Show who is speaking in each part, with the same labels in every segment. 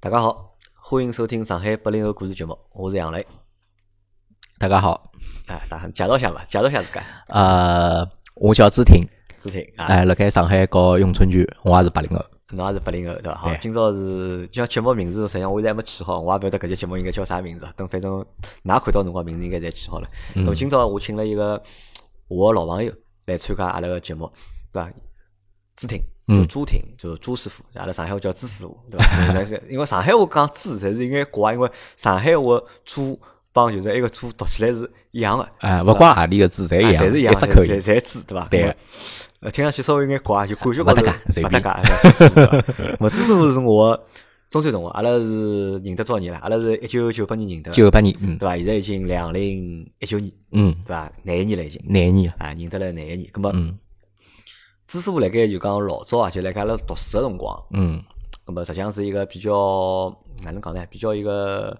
Speaker 1: 大家好，欢迎收听上海八零后故事节目，我是杨磊。
Speaker 2: 大家好，
Speaker 1: 哎，大家介绍一下嘛，介绍一下自家，
Speaker 2: 呃，我叫朱婷，
Speaker 1: 子婷啊，
Speaker 2: 哎，辣盖上海搞咏春拳，我也是八零后，
Speaker 1: 侬也是八零后对伐？好，
Speaker 2: 对
Speaker 1: 今朝是今朝节目名字，实际上我现在还没起好，我也勿晓得搿节节目应该叫啥名字，等反正㑚看到辰光名字应该侪起好了。
Speaker 2: 嗯
Speaker 1: 那么今朝我请了一个我的老朋友来参加阿拉个节目，对伐？朱婷，就
Speaker 2: 嗯
Speaker 1: 朱婷，就是朱师傅，阿拉上海话叫朱师傅， 对伐？但是因为上海话讲朱，侪是应该怪，因为上海话朱帮就是埃个朱读起来是一样的。
Speaker 2: 哎，勿管何里个字，侪
Speaker 1: 啊
Speaker 2: 一
Speaker 1: 侪是一样，
Speaker 2: 样，一只口音
Speaker 1: 侪，侪知对伐？
Speaker 2: 对
Speaker 1: 那么呃，听上去稍微有眼怪，就感觉高头
Speaker 2: 勿搭嘎随
Speaker 1: 勿
Speaker 2: 便
Speaker 1: 搭嘎。是 是的我朱师傅是我中专同学，阿拉是认得多少年了？阿拉是一九九八年认得的，
Speaker 2: 九八年，嗯
Speaker 1: 对伐？现在已经两零一九年，
Speaker 2: 嗯，
Speaker 1: 对伐？廿一年了已经
Speaker 2: 哪一年啊？
Speaker 1: 啊，认得了廿一年。那么
Speaker 2: 嗯
Speaker 1: 朱师傅辣盖就讲老早啊，就辣盖阿拉读书个辰光，
Speaker 2: 嗯
Speaker 1: 那么实际上是一个比较哪能讲呢？比较一个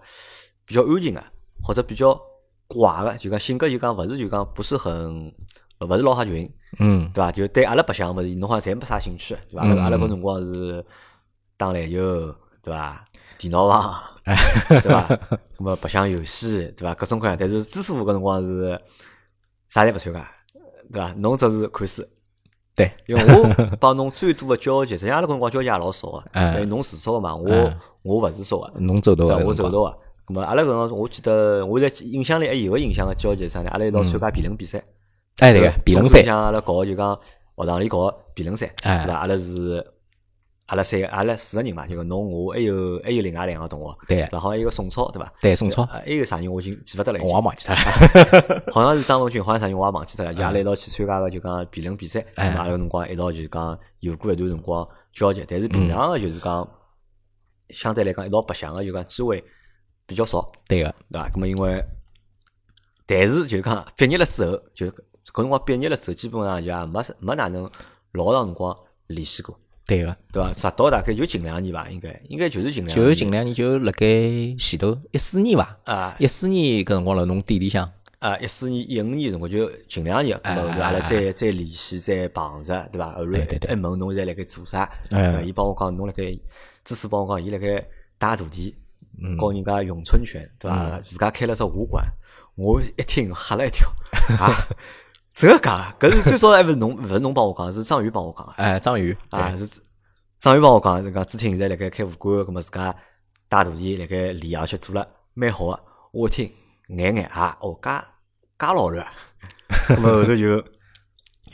Speaker 1: 比较安静个，或者比较怪个，就讲性格就讲勿是就讲不是很呃勿是老合群，
Speaker 2: 嗯
Speaker 1: 对伐？就对阿拉白相个物事，侬好像侪没啥兴趣，对伐？阿拉
Speaker 2: 嗯
Speaker 1: 阿拉搿辰光是打篮球，对伐？电脑房，
Speaker 2: 哎
Speaker 1: 对 伐？那么白相游戏，对伐？各种各样，但是知识傅搿辰光是啥侪勿参加，对伐？侬只是看书。
Speaker 2: 对，
Speaker 1: 因为 我帮侬最多的交集，实际上阿拉搿辰光交集也老少个，
Speaker 2: 嗯
Speaker 1: 因为侬自少个嘛，我
Speaker 2: 嗯
Speaker 1: 我勿是少个，
Speaker 2: 侬走到
Speaker 1: 对
Speaker 2: 的
Speaker 1: 伐，我
Speaker 2: 辰
Speaker 1: 受
Speaker 2: 光
Speaker 1: 到个。咁么阿拉搿辰光，我记得我在印象里还有个印象个交集是啥呢？阿拉一道参加辩
Speaker 2: 嗯
Speaker 1: 论比赛，
Speaker 2: 哎，对个，辩论赛，
Speaker 1: 呃像阿拉搞就讲学堂里搞辩论赛，
Speaker 2: 哎
Speaker 1: 对伐？阿拉是阿拉三个，阿拉四个人嘛，就讲侬我还有还有另外两个同学，
Speaker 2: 对
Speaker 1: 然后还有一个宋超，对哎伐？
Speaker 2: 对，宋超，哦
Speaker 1: 啊还有啥人我已经记勿得了，已
Speaker 2: 我
Speaker 1: 经
Speaker 2: 也忘记脱了，
Speaker 1: 好像是张文军，好像啥人我也忘记脱了。就阿拉一道去参加个就讲辩论比赛，
Speaker 2: 嗯哎
Speaker 1: 咁阿拉搿辰光一道就讲有过一段辰光交集，但是
Speaker 2: 嗯
Speaker 1: 平常个就是讲相对来讲一道白相个就讲机会比较少，
Speaker 2: 对个，
Speaker 1: 对伐？咁么因为，但是就讲毕业了之后，就搿辰光毕业了之后，基本上就也没啥没哪能老长辰光联系过，
Speaker 2: 对个，
Speaker 1: 对伐？直到大概就近两年伐，应该应该就是近两
Speaker 2: 就
Speaker 1: 年
Speaker 2: 近两年就辣盖前头一四年伐，
Speaker 1: 啊
Speaker 2: 一四年搿辰光辣侬店里向，
Speaker 1: 啊，一四年、一五年辰光就近两年，咁么后头阿拉再再联系、再碰着，对伐？后头
Speaker 2: 哎对对对
Speaker 1: 还问侬现在辣盖做啥？
Speaker 2: 哎
Speaker 1: 呃伊帮我讲，侬辣盖，知识帮我讲，伊辣盖带徒弟，
Speaker 2: 嗯
Speaker 1: 教人家咏春拳，对伐？自家开了只武馆，我一听吓了一跳 啊！真个假的？搿是最早还勿是侬，勿是侬帮我讲，是张宇帮我讲的
Speaker 2: 哎，张宇，对
Speaker 1: 啊，是张宇帮我讲，是讲朱婷现在辣盖开武馆，葛末自家带徒弟辣盖练，而且做了蛮好个。我一听眼眼啊，哦，介介老实啊。葛末后头就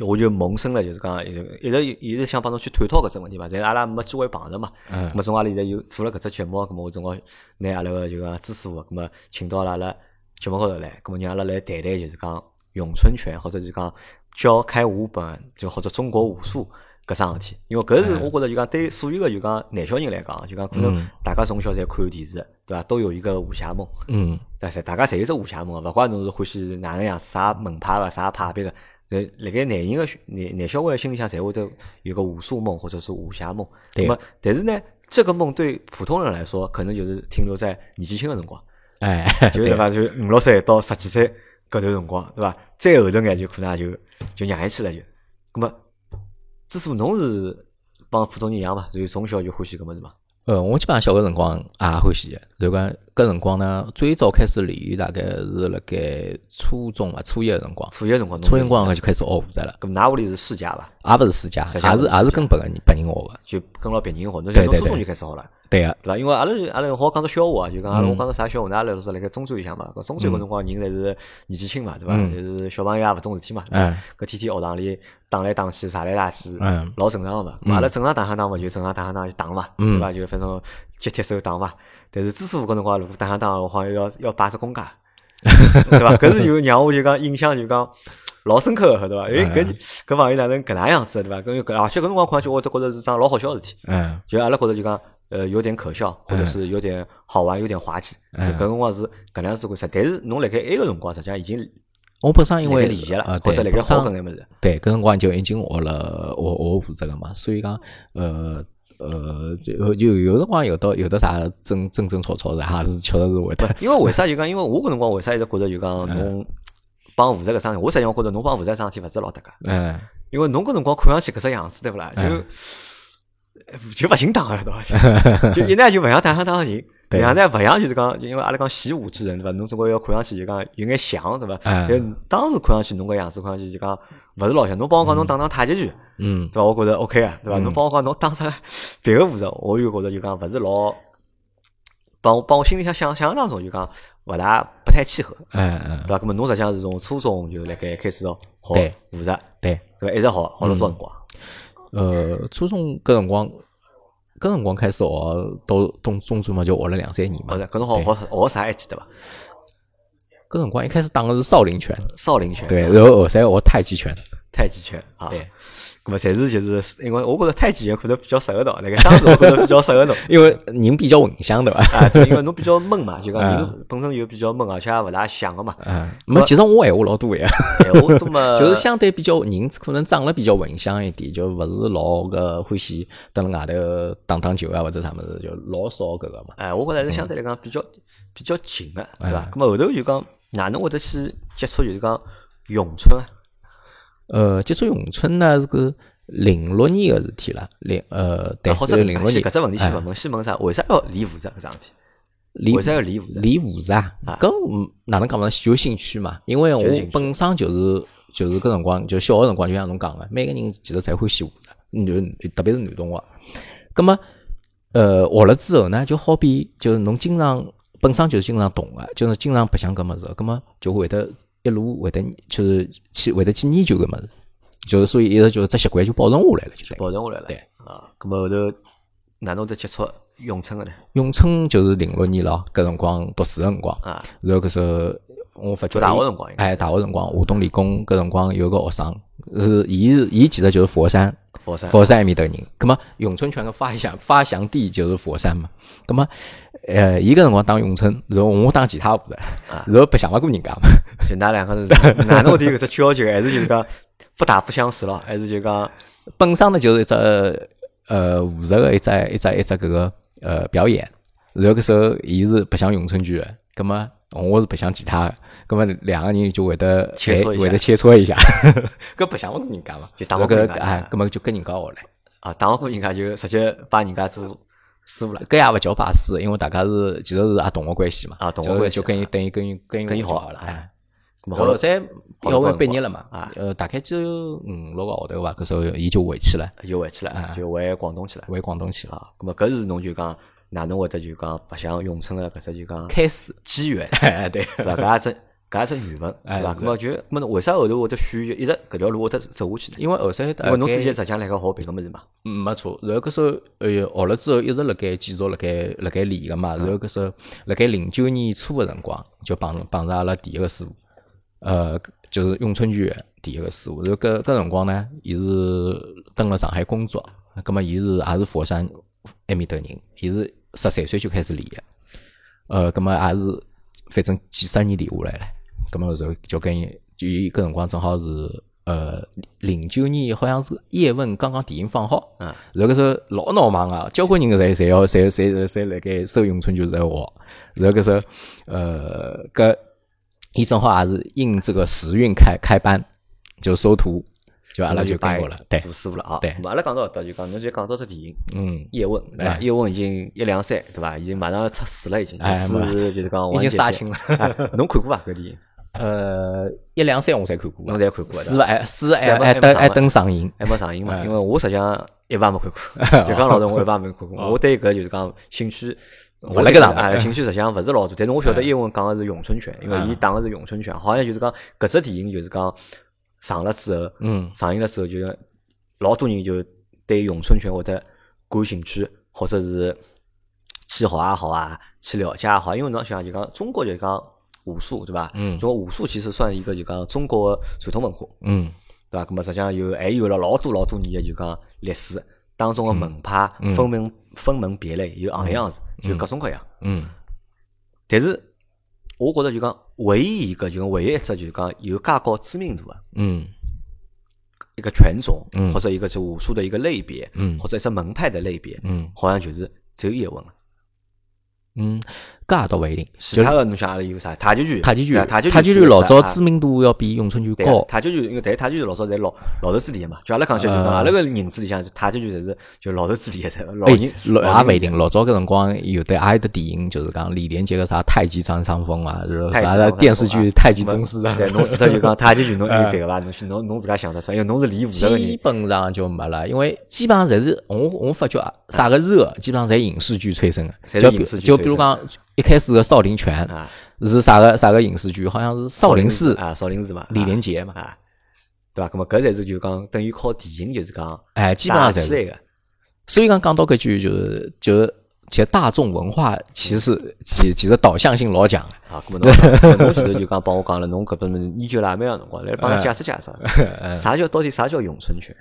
Speaker 1: 我就萌生了，就是讲一直一直一直想帮侬去探讨搿只问题嘛，但是阿拉没机会碰着嘛。
Speaker 2: 嗯
Speaker 1: 咁么，总阿拉现在又做了搿只节目，咁么我总归拿阿拉个就讲知识傅，咁么请到了阿拉节目高头来，咁么让阿拉来谈谈就是讲咏春拳，或者就讲教开武本，就或者中国武术搿
Speaker 2: 嗯
Speaker 1: 桩事体。因为搿是我觉着就讲对所有个就讲男小人来讲，就讲可能
Speaker 2: 嗯
Speaker 1: 大家从小侪看电视，对伐？都有一个武侠梦，
Speaker 2: 嗯，
Speaker 1: 对伐？大家侪有只武侠梦，勿怪侬是欢喜哪能样子，啥门派个，啥派别个。呃，辣盖男人个男男小孩心里向侪会得有个武术梦或者是武侠梦。
Speaker 2: 对
Speaker 1: 那么但是呢，这个梦对普通人来说，可能就是停留在年纪轻个辰光，
Speaker 2: 哎，
Speaker 1: 就是对
Speaker 2: 对
Speaker 1: 伐？就五六岁到十几岁搿段辰光，对伐？再后头眼就可能也就就让伊去了就。那么，至少侬是帮普通人一样嘛，就是从小就欢喜搿物事嘛。
Speaker 2: 呃，我基本上小个辰光也欢喜的，然后讲搿辰光呢，最早开始练大概是辣盖初中伐，初一个辰光，
Speaker 1: 初一的辰光，
Speaker 2: 初一辰，光就开始学武术了，
Speaker 1: 咁㑚屋里是世家伐？
Speaker 2: 也勿是自家，
Speaker 1: 实际
Speaker 2: 也
Speaker 1: 上
Speaker 2: 是
Speaker 1: 勿是
Speaker 2: 也
Speaker 1: 世
Speaker 2: 是
Speaker 1: 家
Speaker 2: 跟别个人别人学个，
Speaker 1: 就跟牢别人学，侬
Speaker 2: 对
Speaker 1: 像侬
Speaker 2: 对
Speaker 1: 初中
Speaker 2: 对
Speaker 1: 就开始学了。
Speaker 2: 对个，
Speaker 1: 对伐？因为阿拉阿拉好讲到笑话啊，就讲阿拉我讲到啥笑话，㑚阿拉是辣盖中专里向嘛，搿中专搿辰光人侪是年纪轻嘛，对伐？就是小朋友也勿懂事体嘛，对伐
Speaker 2: 嗯
Speaker 1: 搿天天学堂里打来打去，啥来啥去
Speaker 2: 嗯，
Speaker 1: 老正常个嘛。咾阿拉正常打相打嘛，就正常打相打就打嘛，对伐？就反正接贴手打嘛。但是知识傅搿辰光如果打相打，我好像要要摆只公架，对伐？搿是就让我就讲印象就讲。老深刻个，对伐？因为搿搿朋友哪能搿能样子，对伐？搿搿而且搿辰光看上去，我都觉着是桩老好笑个事体。
Speaker 2: 嗯，
Speaker 1: 就阿拉觉着就讲，呃，有点可笑，或
Speaker 2: 哎
Speaker 1: 者是有点好玩，有点滑稽。就搿辰光是搿能样子观察，但是侬辣盖埃个辰光，实际上已经
Speaker 2: 我本身因
Speaker 1: 辣盖
Speaker 2: 为
Speaker 1: 理解了
Speaker 2: 呃，，
Speaker 1: 或
Speaker 2: 对，
Speaker 1: 者辣盖
Speaker 2: 本
Speaker 1: 好
Speaker 2: 身
Speaker 1: 搿眼物事。
Speaker 2: 对，搿辰光就已经学了学学负责个嘛，所以讲呃呃，就有有辰光有到有的啥争争争吵吵的，还是确实 是会得，
Speaker 1: 因为为啥就讲，因为我搿辰光为啥一直觉着就讲
Speaker 2: 哎
Speaker 1: 侬帮负责搿桩事，我实际上觉着侬帮负责搿桩事体勿是老搭界，
Speaker 2: 嗯哎
Speaker 1: 因为侬搿辰光看上去搿只样子对勿啦？就
Speaker 2: 嗯
Speaker 1: 就勿寻打了， 对伐？就一呢就勿像打相打相赢，两呢勿像就是讲，因为阿拉讲习武之人对伐？侬总归要看上去就讲有眼像对伐？
Speaker 2: 哎
Speaker 1: 但当时看上去侬搿样子看上去就讲勿是老像。侬帮我讲侬打打太极拳，
Speaker 2: 嗯
Speaker 1: 对伐？我觉着 OK 啊，对伐？侬帮我讲侬打啥别个武术，我又觉着就讲勿是老，帮我帮我心里向想想当中就讲勿大不太契合，
Speaker 2: 哎哎
Speaker 1: 对，伐？搿么侬实际上是从初中就辣盖开始学
Speaker 2: 对
Speaker 1: 武术，
Speaker 2: 对，
Speaker 1: 对伐？一直学学了多少辰光？
Speaker 2: 呃，初中搿辰光，搿辰光开始学，到中中专嘛就学了两三年嘛
Speaker 1: 好。的，搿辰光学学啥还记得伐？
Speaker 2: 搿辰光一开始打的是少林拳，
Speaker 1: 少林拳、
Speaker 2: 对，然后后才学太极拳，
Speaker 1: 太极拳啊，
Speaker 2: 对，
Speaker 1: 那么侪是就是因为我觉得太极拳可能比较适合侬，那个当时我觉得比较适合 侬
Speaker 2: 因为人比较混相对伐？
Speaker 1: 啊，就因为侬比较闷嘛，就讲
Speaker 2: 啊
Speaker 1: 人本身就比较闷，而且也勿大想 个嘛，哎
Speaker 2: 嗯，没，其实我闲话老多呀，
Speaker 1: 闲话多嘛，
Speaker 2: 就是相对比较人可能长了比较混相一点，就勿是老个欢喜蹲辣外头打打球啊或者啥物事，就老少搿个嘛。
Speaker 1: 哎，我觉着还是相对来讲比较比较近个，
Speaker 2: 哎
Speaker 1: 对伐？那么后头就讲哪能会得去接触就是讲咏春啊？
Speaker 2: 呃，接触咏春呢是个零六年个事体了，零呃对，
Speaker 1: 或者
Speaker 2: 是零六年
Speaker 1: 搿只问题先
Speaker 2: 哎
Speaker 1: 勿问，先问啥？为啥要练武术搿桩事体？
Speaker 2: 离
Speaker 1: 为啥要练武术？
Speaker 2: 离武术啊，搿嗯哪能讲嘛？有兴趣嘛？因为我
Speaker 1: 就是兴趣
Speaker 2: 本身就是就是搿辰光，就小学辰光，就像侬讲个，每个人其实侪欢喜武术，嗯就特别是男同学。葛么，呃，学了之后呢，就好比就是侬经常本身就是经常懂个、就是经常白相搿物事，葛么就会得一路会得就是去会得去研究搿物事，就是所以一直就是这习惯就保存下来了，就等于
Speaker 1: 保存下来了，
Speaker 2: 对
Speaker 1: 啊。那么后头哪能会得接触咏春个呢？
Speaker 2: 咏春就是零六年咯，搿辰光读书个辰光
Speaker 1: 啊，
Speaker 2: 然后搿时候我发
Speaker 1: 读
Speaker 2: 觉
Speaker 1: 大
Speaker 2: 哎
Speaker 1: 学辰光应该
Speaker 2: 哎，大学辰光，华东理工搿辰光有个学生是，伊是伊其实就是佛山，
Speaker 1: 佛山
Speaker 2: 佛山埃面头人。葛么咏春拳的发祥 发祥地就是佛山嘛。葛么，呃，伊搿辰光打咏春，然后我打其他武术，
Speaker 1: 啊
Speaker 2: 然后白相勿过人家嘛。
Speaker 1: 就㑚两个是 哪能会得有搿只交集？还是就是讲不打不相识咯？还是就讲
Speaker 2: 本身呢就是一只呃武术的一只一只一只搿个呃表演，然后搿时候伊是白相咏春拳的，葛么我是白相其他的，葛么两个人就会得
Speaker 1: 切磋一下
Speaker 2: 会得切磋一下，搿白相勿过人家嘛，
Speaker 1: 就打勿过
Speaker 2: 然后
Speaker 1: 人
Speaker 2: 搿
Speaker 1: 家
Speaker 2: 个哎，葛么就跟人家学嘞。
Speaker 1: 啊打勿过人家就直接把人家做师傅了？
Speaker 2: 搿也勿叫拜师，因为大家是其实是也同学关系嘛，
Speaker 1: 啊同学
Speaker 2: 就是
Speaker 1: 关系
Speaker 2: 就跟伊等于跟伊跟伊
Speaker 1: 跟伊
Speaker 2: 好
Speaker 1: 好
Speaker 2: 了，
Speaker 1: 啊
Speaker 2: 哎，
Speaker 1: 咾
Speaker 2: 后
Speaker 1: 好
Speaker 2: 头
Speaker 1: 了，
Speaker 2: 才
Speaker 1: 好了
Speaker 2: 要
Speaker 1: 多
Speaker 2: 为
Speaker 1: 辰
Speaker 2: 毕业
Speaker 1: 光
Speaker 2: 了嘛
Speaker 1: 啊，
Speaker 2: 呃，大概只有五六个号头吧，搿时候伊就回去了，
Speaker 1: 就回去
Speaker 2: 啊
Speaker 1: 了，就回广东去了
Speaker 2: 回广东去了。
Speaker 1: 啊。咁么搿是侬就讲哪能会得就讲白相咏春个搿只就讲
Speaker 2: 开始，
Speaker 1: 机缘，
Speaker 2: 哎，对，
Speaker 1: 对 伐？搿也只搿也只缘分，
Speaker 2: 哎
Speaker 1: 对伐？
Speaker 2: 是
Speaker 1: 咁啊么就咁么为啥后头会得选一直搿条路会得走下去呢？
Speaker 2: 因为后头大
Speaker 1: 因为侬之
Speaker 2: 概
Speaker 1: 前实际上辣盖学别个物事嘛，
Speaker 2: 嗯没错，然后搿时候，哎哟，学了之后一直辣盖继续辣盖辣盖练个
Speaker 1: 嗯
Speaker 2: 嘛，然后搿时候辣盖零九年初个辰光，就碰碰着阿拉第一个师傅，呃，就是咏春拳的第一个师傅。然后搿搿辰光呢，伊是蹲辣上海工作，葛末伊是也是佛山埃面头人，伊是十三岁就开始练个，呃，葛末也是反正几十年练下来了，葛末然后就跟伊就伊搿辰光正好是。呃，零九年好像是叶问刚刚电影放好，
Speaker 1: 嗯，
Speaker 2: 然后搿时候老闹忙啊，交关人侪侪要侪侪侪侪辣盖收咏春拳在学，然后搿时候呃搿伊正好也是应这个时运开开班，就收徒，就阿拉就跟
Speaker 1: 拜
Speaker 2: 过了，对，
Speaker 1: 做师傅了啊。
Speaker 2: 对
Speaker 1: 咁么阿拉讲到搿搭就讲侬就讲到只电影，
Speaker 2: 嗯，
Speaker 1: 叶问对伐？叶问已经一两三对伐？已经马上要出四了，已经
Speaker 2: 哎
Speaker 1: 四
Speaker 2: 马上
Speaker 1: 就
Speaker 2: 出
Speaker 1: 是
Speaker 2: 四
Speaker 1: 讲
Speaker 2: 已
Speaker 1: 完
Speaker 2: 经
Speaker 1: 结
Speaker 2: 杀
Speaker 1: 篇
Speaker 2: 青了
Speaker 1: 哎 侬看过伐？搿电影
Speaker 2: 呃，一两三我才看过，
Speaker 1: 侬侪看过
Speaker 2: 四还四还
Speaker 1: 三不
Speaker 2: 还
Speaker 1: 还没
Speaker 2: 等
Speaker 1: 上嘛
Speaker 2: 还等上映，
Speaker 1: 还没上映
Speaker 2: 哎
Speaker 1: 嘛？因为我实际上一把没看 过，就讲老实，我一把没看过。我对搿就是讲兴趣。
Speaker 2: 勿哦辣搿上头
Speaker 1: 哎，兴趣实际上勿是老大，但是我晓
Speaker 2: 哎
Speaker 1: 得叶问讲的是咏春拳，因为伊打的是咏春拳，好像就是讲搿只电影就是讲上了之后，
Speaker 2: 嗯，
Speaker 1: 上映了之后，就是老多人就对咏春拳会得感兴趣，或者是去学也好啊，去了解也好。因为侬想就讲中国就讲武术对伐？
Speaker 2: 嗯
Speaker 1: 中国武术其实算一个就讲中国的传统文化，
Speaker 2: 嗯
Speaker 1: 对伐？咁么实际上有还有了老多老多年的就讲历史当中的门派
Speaker 2: 嗯
Speaker 1: 分门分门别类，有行样子，就各种各样。
Speaker 2: 嗯
Speaker 1: 但是我觉着就讲唯一一个就讲唯一一只就讲有介高知名度的。
Speaker 2: 嗯
Speaker 1: 一个拳种，
Speaker 2: 嗯
Speaker 1: 或者一个是武术的一个类别，
Speaker 2: 嗯
Speaker 1: 或者是门派的类别，
Speaker 2: 嗯
Speaker 1: 好像就是只有叶问了。
Speaker 2: 嗯，搿搿也倒勿一定。
Speaker 1: 其他个侬想阿拉有啥？太极拳，
Speaker 2: 太极
Speaker 1: 对啊
Speaker 2: 拳，
Speaker 1: 太
Speaker 2: 太
Speaker 1: 极
Speaker 2: 极
Speaker 1: 拳
Speaker 2: 拳老早哦
Speaker 1: 知
Speaker 2: 知名度要比咏春拳高。
Speaker 1: 太极拳，因为但是太极拳老早侪老老头子里个嘛，就阿拉讲起来就讲，阿拉个认知里向，太极拳侪是就老头子里个侪老
Speaker 2: 呃哎
Speaker 1: 人，
Speaker 2: 老也勿一定，老早搿辰光有的也有的电影，就是讲李连杰个啥太极张三丰啊，然后
Speaker 1: 太极
Speaker 2: 啥
Speaker 1: 张三
Speaker 2: 的
Speaker 1: 丰
Speaker 2: 电视剧
Speaker 1: 啊
Speaker 2: 《太极宗师》啊，
Speaker 1: 对，侬除脱就 讲太极拳侬有别个伐？侬去侬侬自家想得出来，因为侬是练武术个
Speaker 2: 基
Speaker 1: 人，
Speaker 2: 本上就没了，因为基本上侪是我我发觉啊，啥个热基本上侪影视剧催生
Speaker 1: 侪是
Speaker 2: 的，就比
Speaker 1: 影视剧
Speaker 2: 就比如讲一开始个少林拳
Speaker 1: 啊
Speaker 2: 是啥个啥个影视剧，好像是少林寺
Speaker 1: 啊，少林寺嘛，
Speaker 2: 李连
Speaker 1: 杰
Speaker 2: 杰嘛，
Speaker 1: 啊，对伐？咁么搿侪是就讲等于靠电影就是讲
Speaker 2: 哎，基本上
Speaker 1: 打
Speaker 2: 侪
Speaker 1: 起
Speaker 2: 是。
Speaker 1: 来个，
Speaker 2: 所以讲讲到搿句就是就是，其实大众文化其实其其实导向性老强的。
Speaker 1: 啊，咁么侬咁么侬前头就讲帮我讲了，侬搿本研究了也蛮长辰光，来帮
Speaker 2: 哎
Speaker 1: 阿拉解释解释，啥叫到底啥叫咏春拳，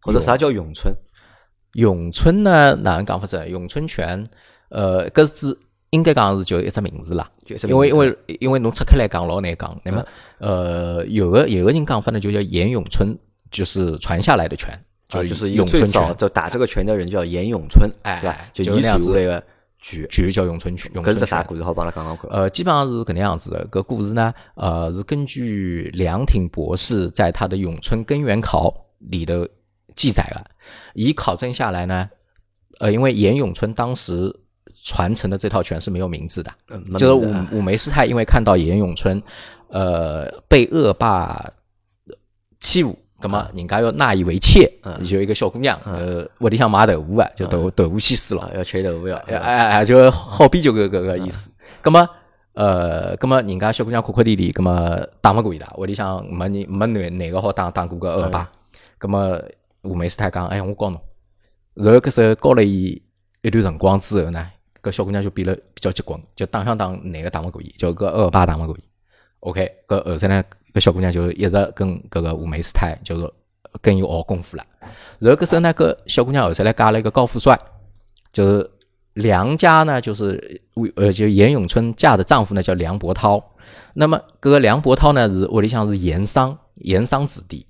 Speaker 1: 或者啥叫咏春？
Speaker 2: 咏春呢，哪能讲法子？啊咏春拳，呃，搿是应该讲是就一只名字啦
Speaker 1: 就一只。
Speaker 2: 因为
Speaker 1: 名
Speaker 2: 因为因为侬拆开来讲老难讲，那么
Speaker 1: 嗯
Speaker 2: 呃，有个有个人讲法呢，就叫沿咏春，就是传下来的拳，
Speaker 1: 啊，就是是一个
Speaker 2: 呃咏
Speaker 1: 最
Speaker 2: 春
Speaker 1: 早
Speaker 2: 拳，
Speaker 1: 就打这个拳的人叫严咏春，
Speaker 2: 哎
Speaker 1: 对吧？
Speaker 2: 就
Speaker 1: 伊
Speaker 2: 那
Speaker 1: 传
Speaker 2: 样
Speaker 1: 下
Speaker 2: 子
Speaker 1: 来个拳，
Speaker 2: 就叫咏春拳。咏
Speaker 1: 搿
Speaker 2: 春
Speaker 1: 是啥
Speaker 2: 拳。
Speaker 1: 故事？好帮阿拉讲讲看。
Speaker 2: 呃，基本上是搿能样子的。搿故事呢，呃，是根据梁挺博士在他的《咏春根源考》里头记载了。以考证下来呢，呃，因为严咏春当时传承的这套拳是没有名字的，
Speaker 1: 嗯没
Speaker 2: 就是
Speaker 1: 名字啊
Speaker 2: 五五梅师太因为看到严咏春，呃，被恶霸欺负。葛么，人家要纳以为妾，就一个小姑娘，呃，屋里向卖豆腐啊，就豆豆腐西施了
Speaker 1: 啊，，要吃豆腐要，
Speaker 2: 哎哎哎，就好比就搿搿个意思。葛么呃，葛么人家小姑娘哭哭啼啼，葛么打勿过伊拉，屋里向没人没哪哪个好打打过个恶霸。葛么五梅师太讲，哎呀，我教侬。然后搿时候教了伊一段辰光之后呢，搿小姑娘就变了比较结棍，就打相打哪个打勿过伊，就搿恶霸打勿过伊。OK，搿后头呢，搿小姑娘就一直跟搿个五梅师太就是跟伊学功夫了。然后搿时候呢，搿小姑娘后头来嫁了一个高富帅，就是梁家呢，就是为呃，就严咏春嫁的丈夫呢叫梁伯涛。那么搿个梁伯涛呢是屋里向是盐商，盐商子弟。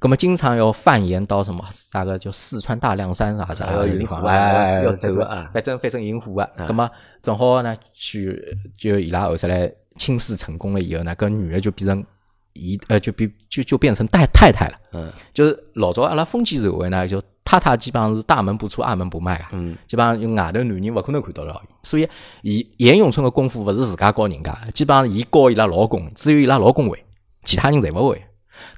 Speaker 2: 葛么经常要贩盐到什么啥个叫四川大凉山啥啥
Speaker 1: 啊要
Speaker 2: 个
Speaker 1: 运
Speaker 2: 地方，
Speaker 1: 货啊
Speaker 2: 哎哎哎
Speaker 1: 要
Speaker 2: 反
Speaker 1: 走
Speaker 2: 正
Speaker 1: 啊
Speaker 2: 反正反正引火啊。葛么正好呢去就伊拉后头来亲事成功了以后呢，搿女的就变成姨呃就变就就变成太太太了。
Speaker 1: 嗯
Speaker 2: 就是老早阿拉封建社会呢，就太太基本上是大门不出二门不迈啊，
Speaker 1: 嗯，
Speaker 2: 基本上用外头男人勿可能看到了。所以，严严咏春个功夫勿是自家教人家的，基本上伊教伊拉老公，只有伊拉老公会，其他人侪勿会。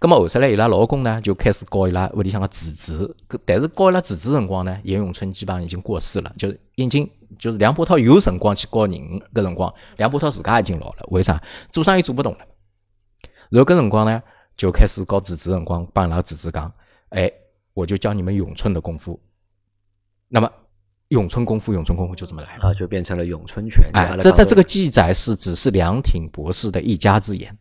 Speaker 2: 咁啊么后头来，伊拉老公呢就开始教伊拉屋里向个侄子，搿但是教伊拉侄子辰光呢，严咏春基本上已经过世了，就是已经就是梁波涛有辰光去教人搿辰光，梁波涛自家已经老了，为啥？做生意做不动了。然后搿辰光呢，就开始教侄子辰光，帮伊拉侄子讲，哎，我就教你们咏春的功夫。那么咏春功夫，咏春功夫就这么来了。
Speaker 1: 啊，就变成了咏春拳。就阿
Speaker 2: 哎，
Speaker 1: 拉
Speaker 2: 这
Speaker 1: 讲
Speaker 2: 这这
Speaker 1: 的，
Speaker 2: 个记载是只是梁挺博士的一家之言，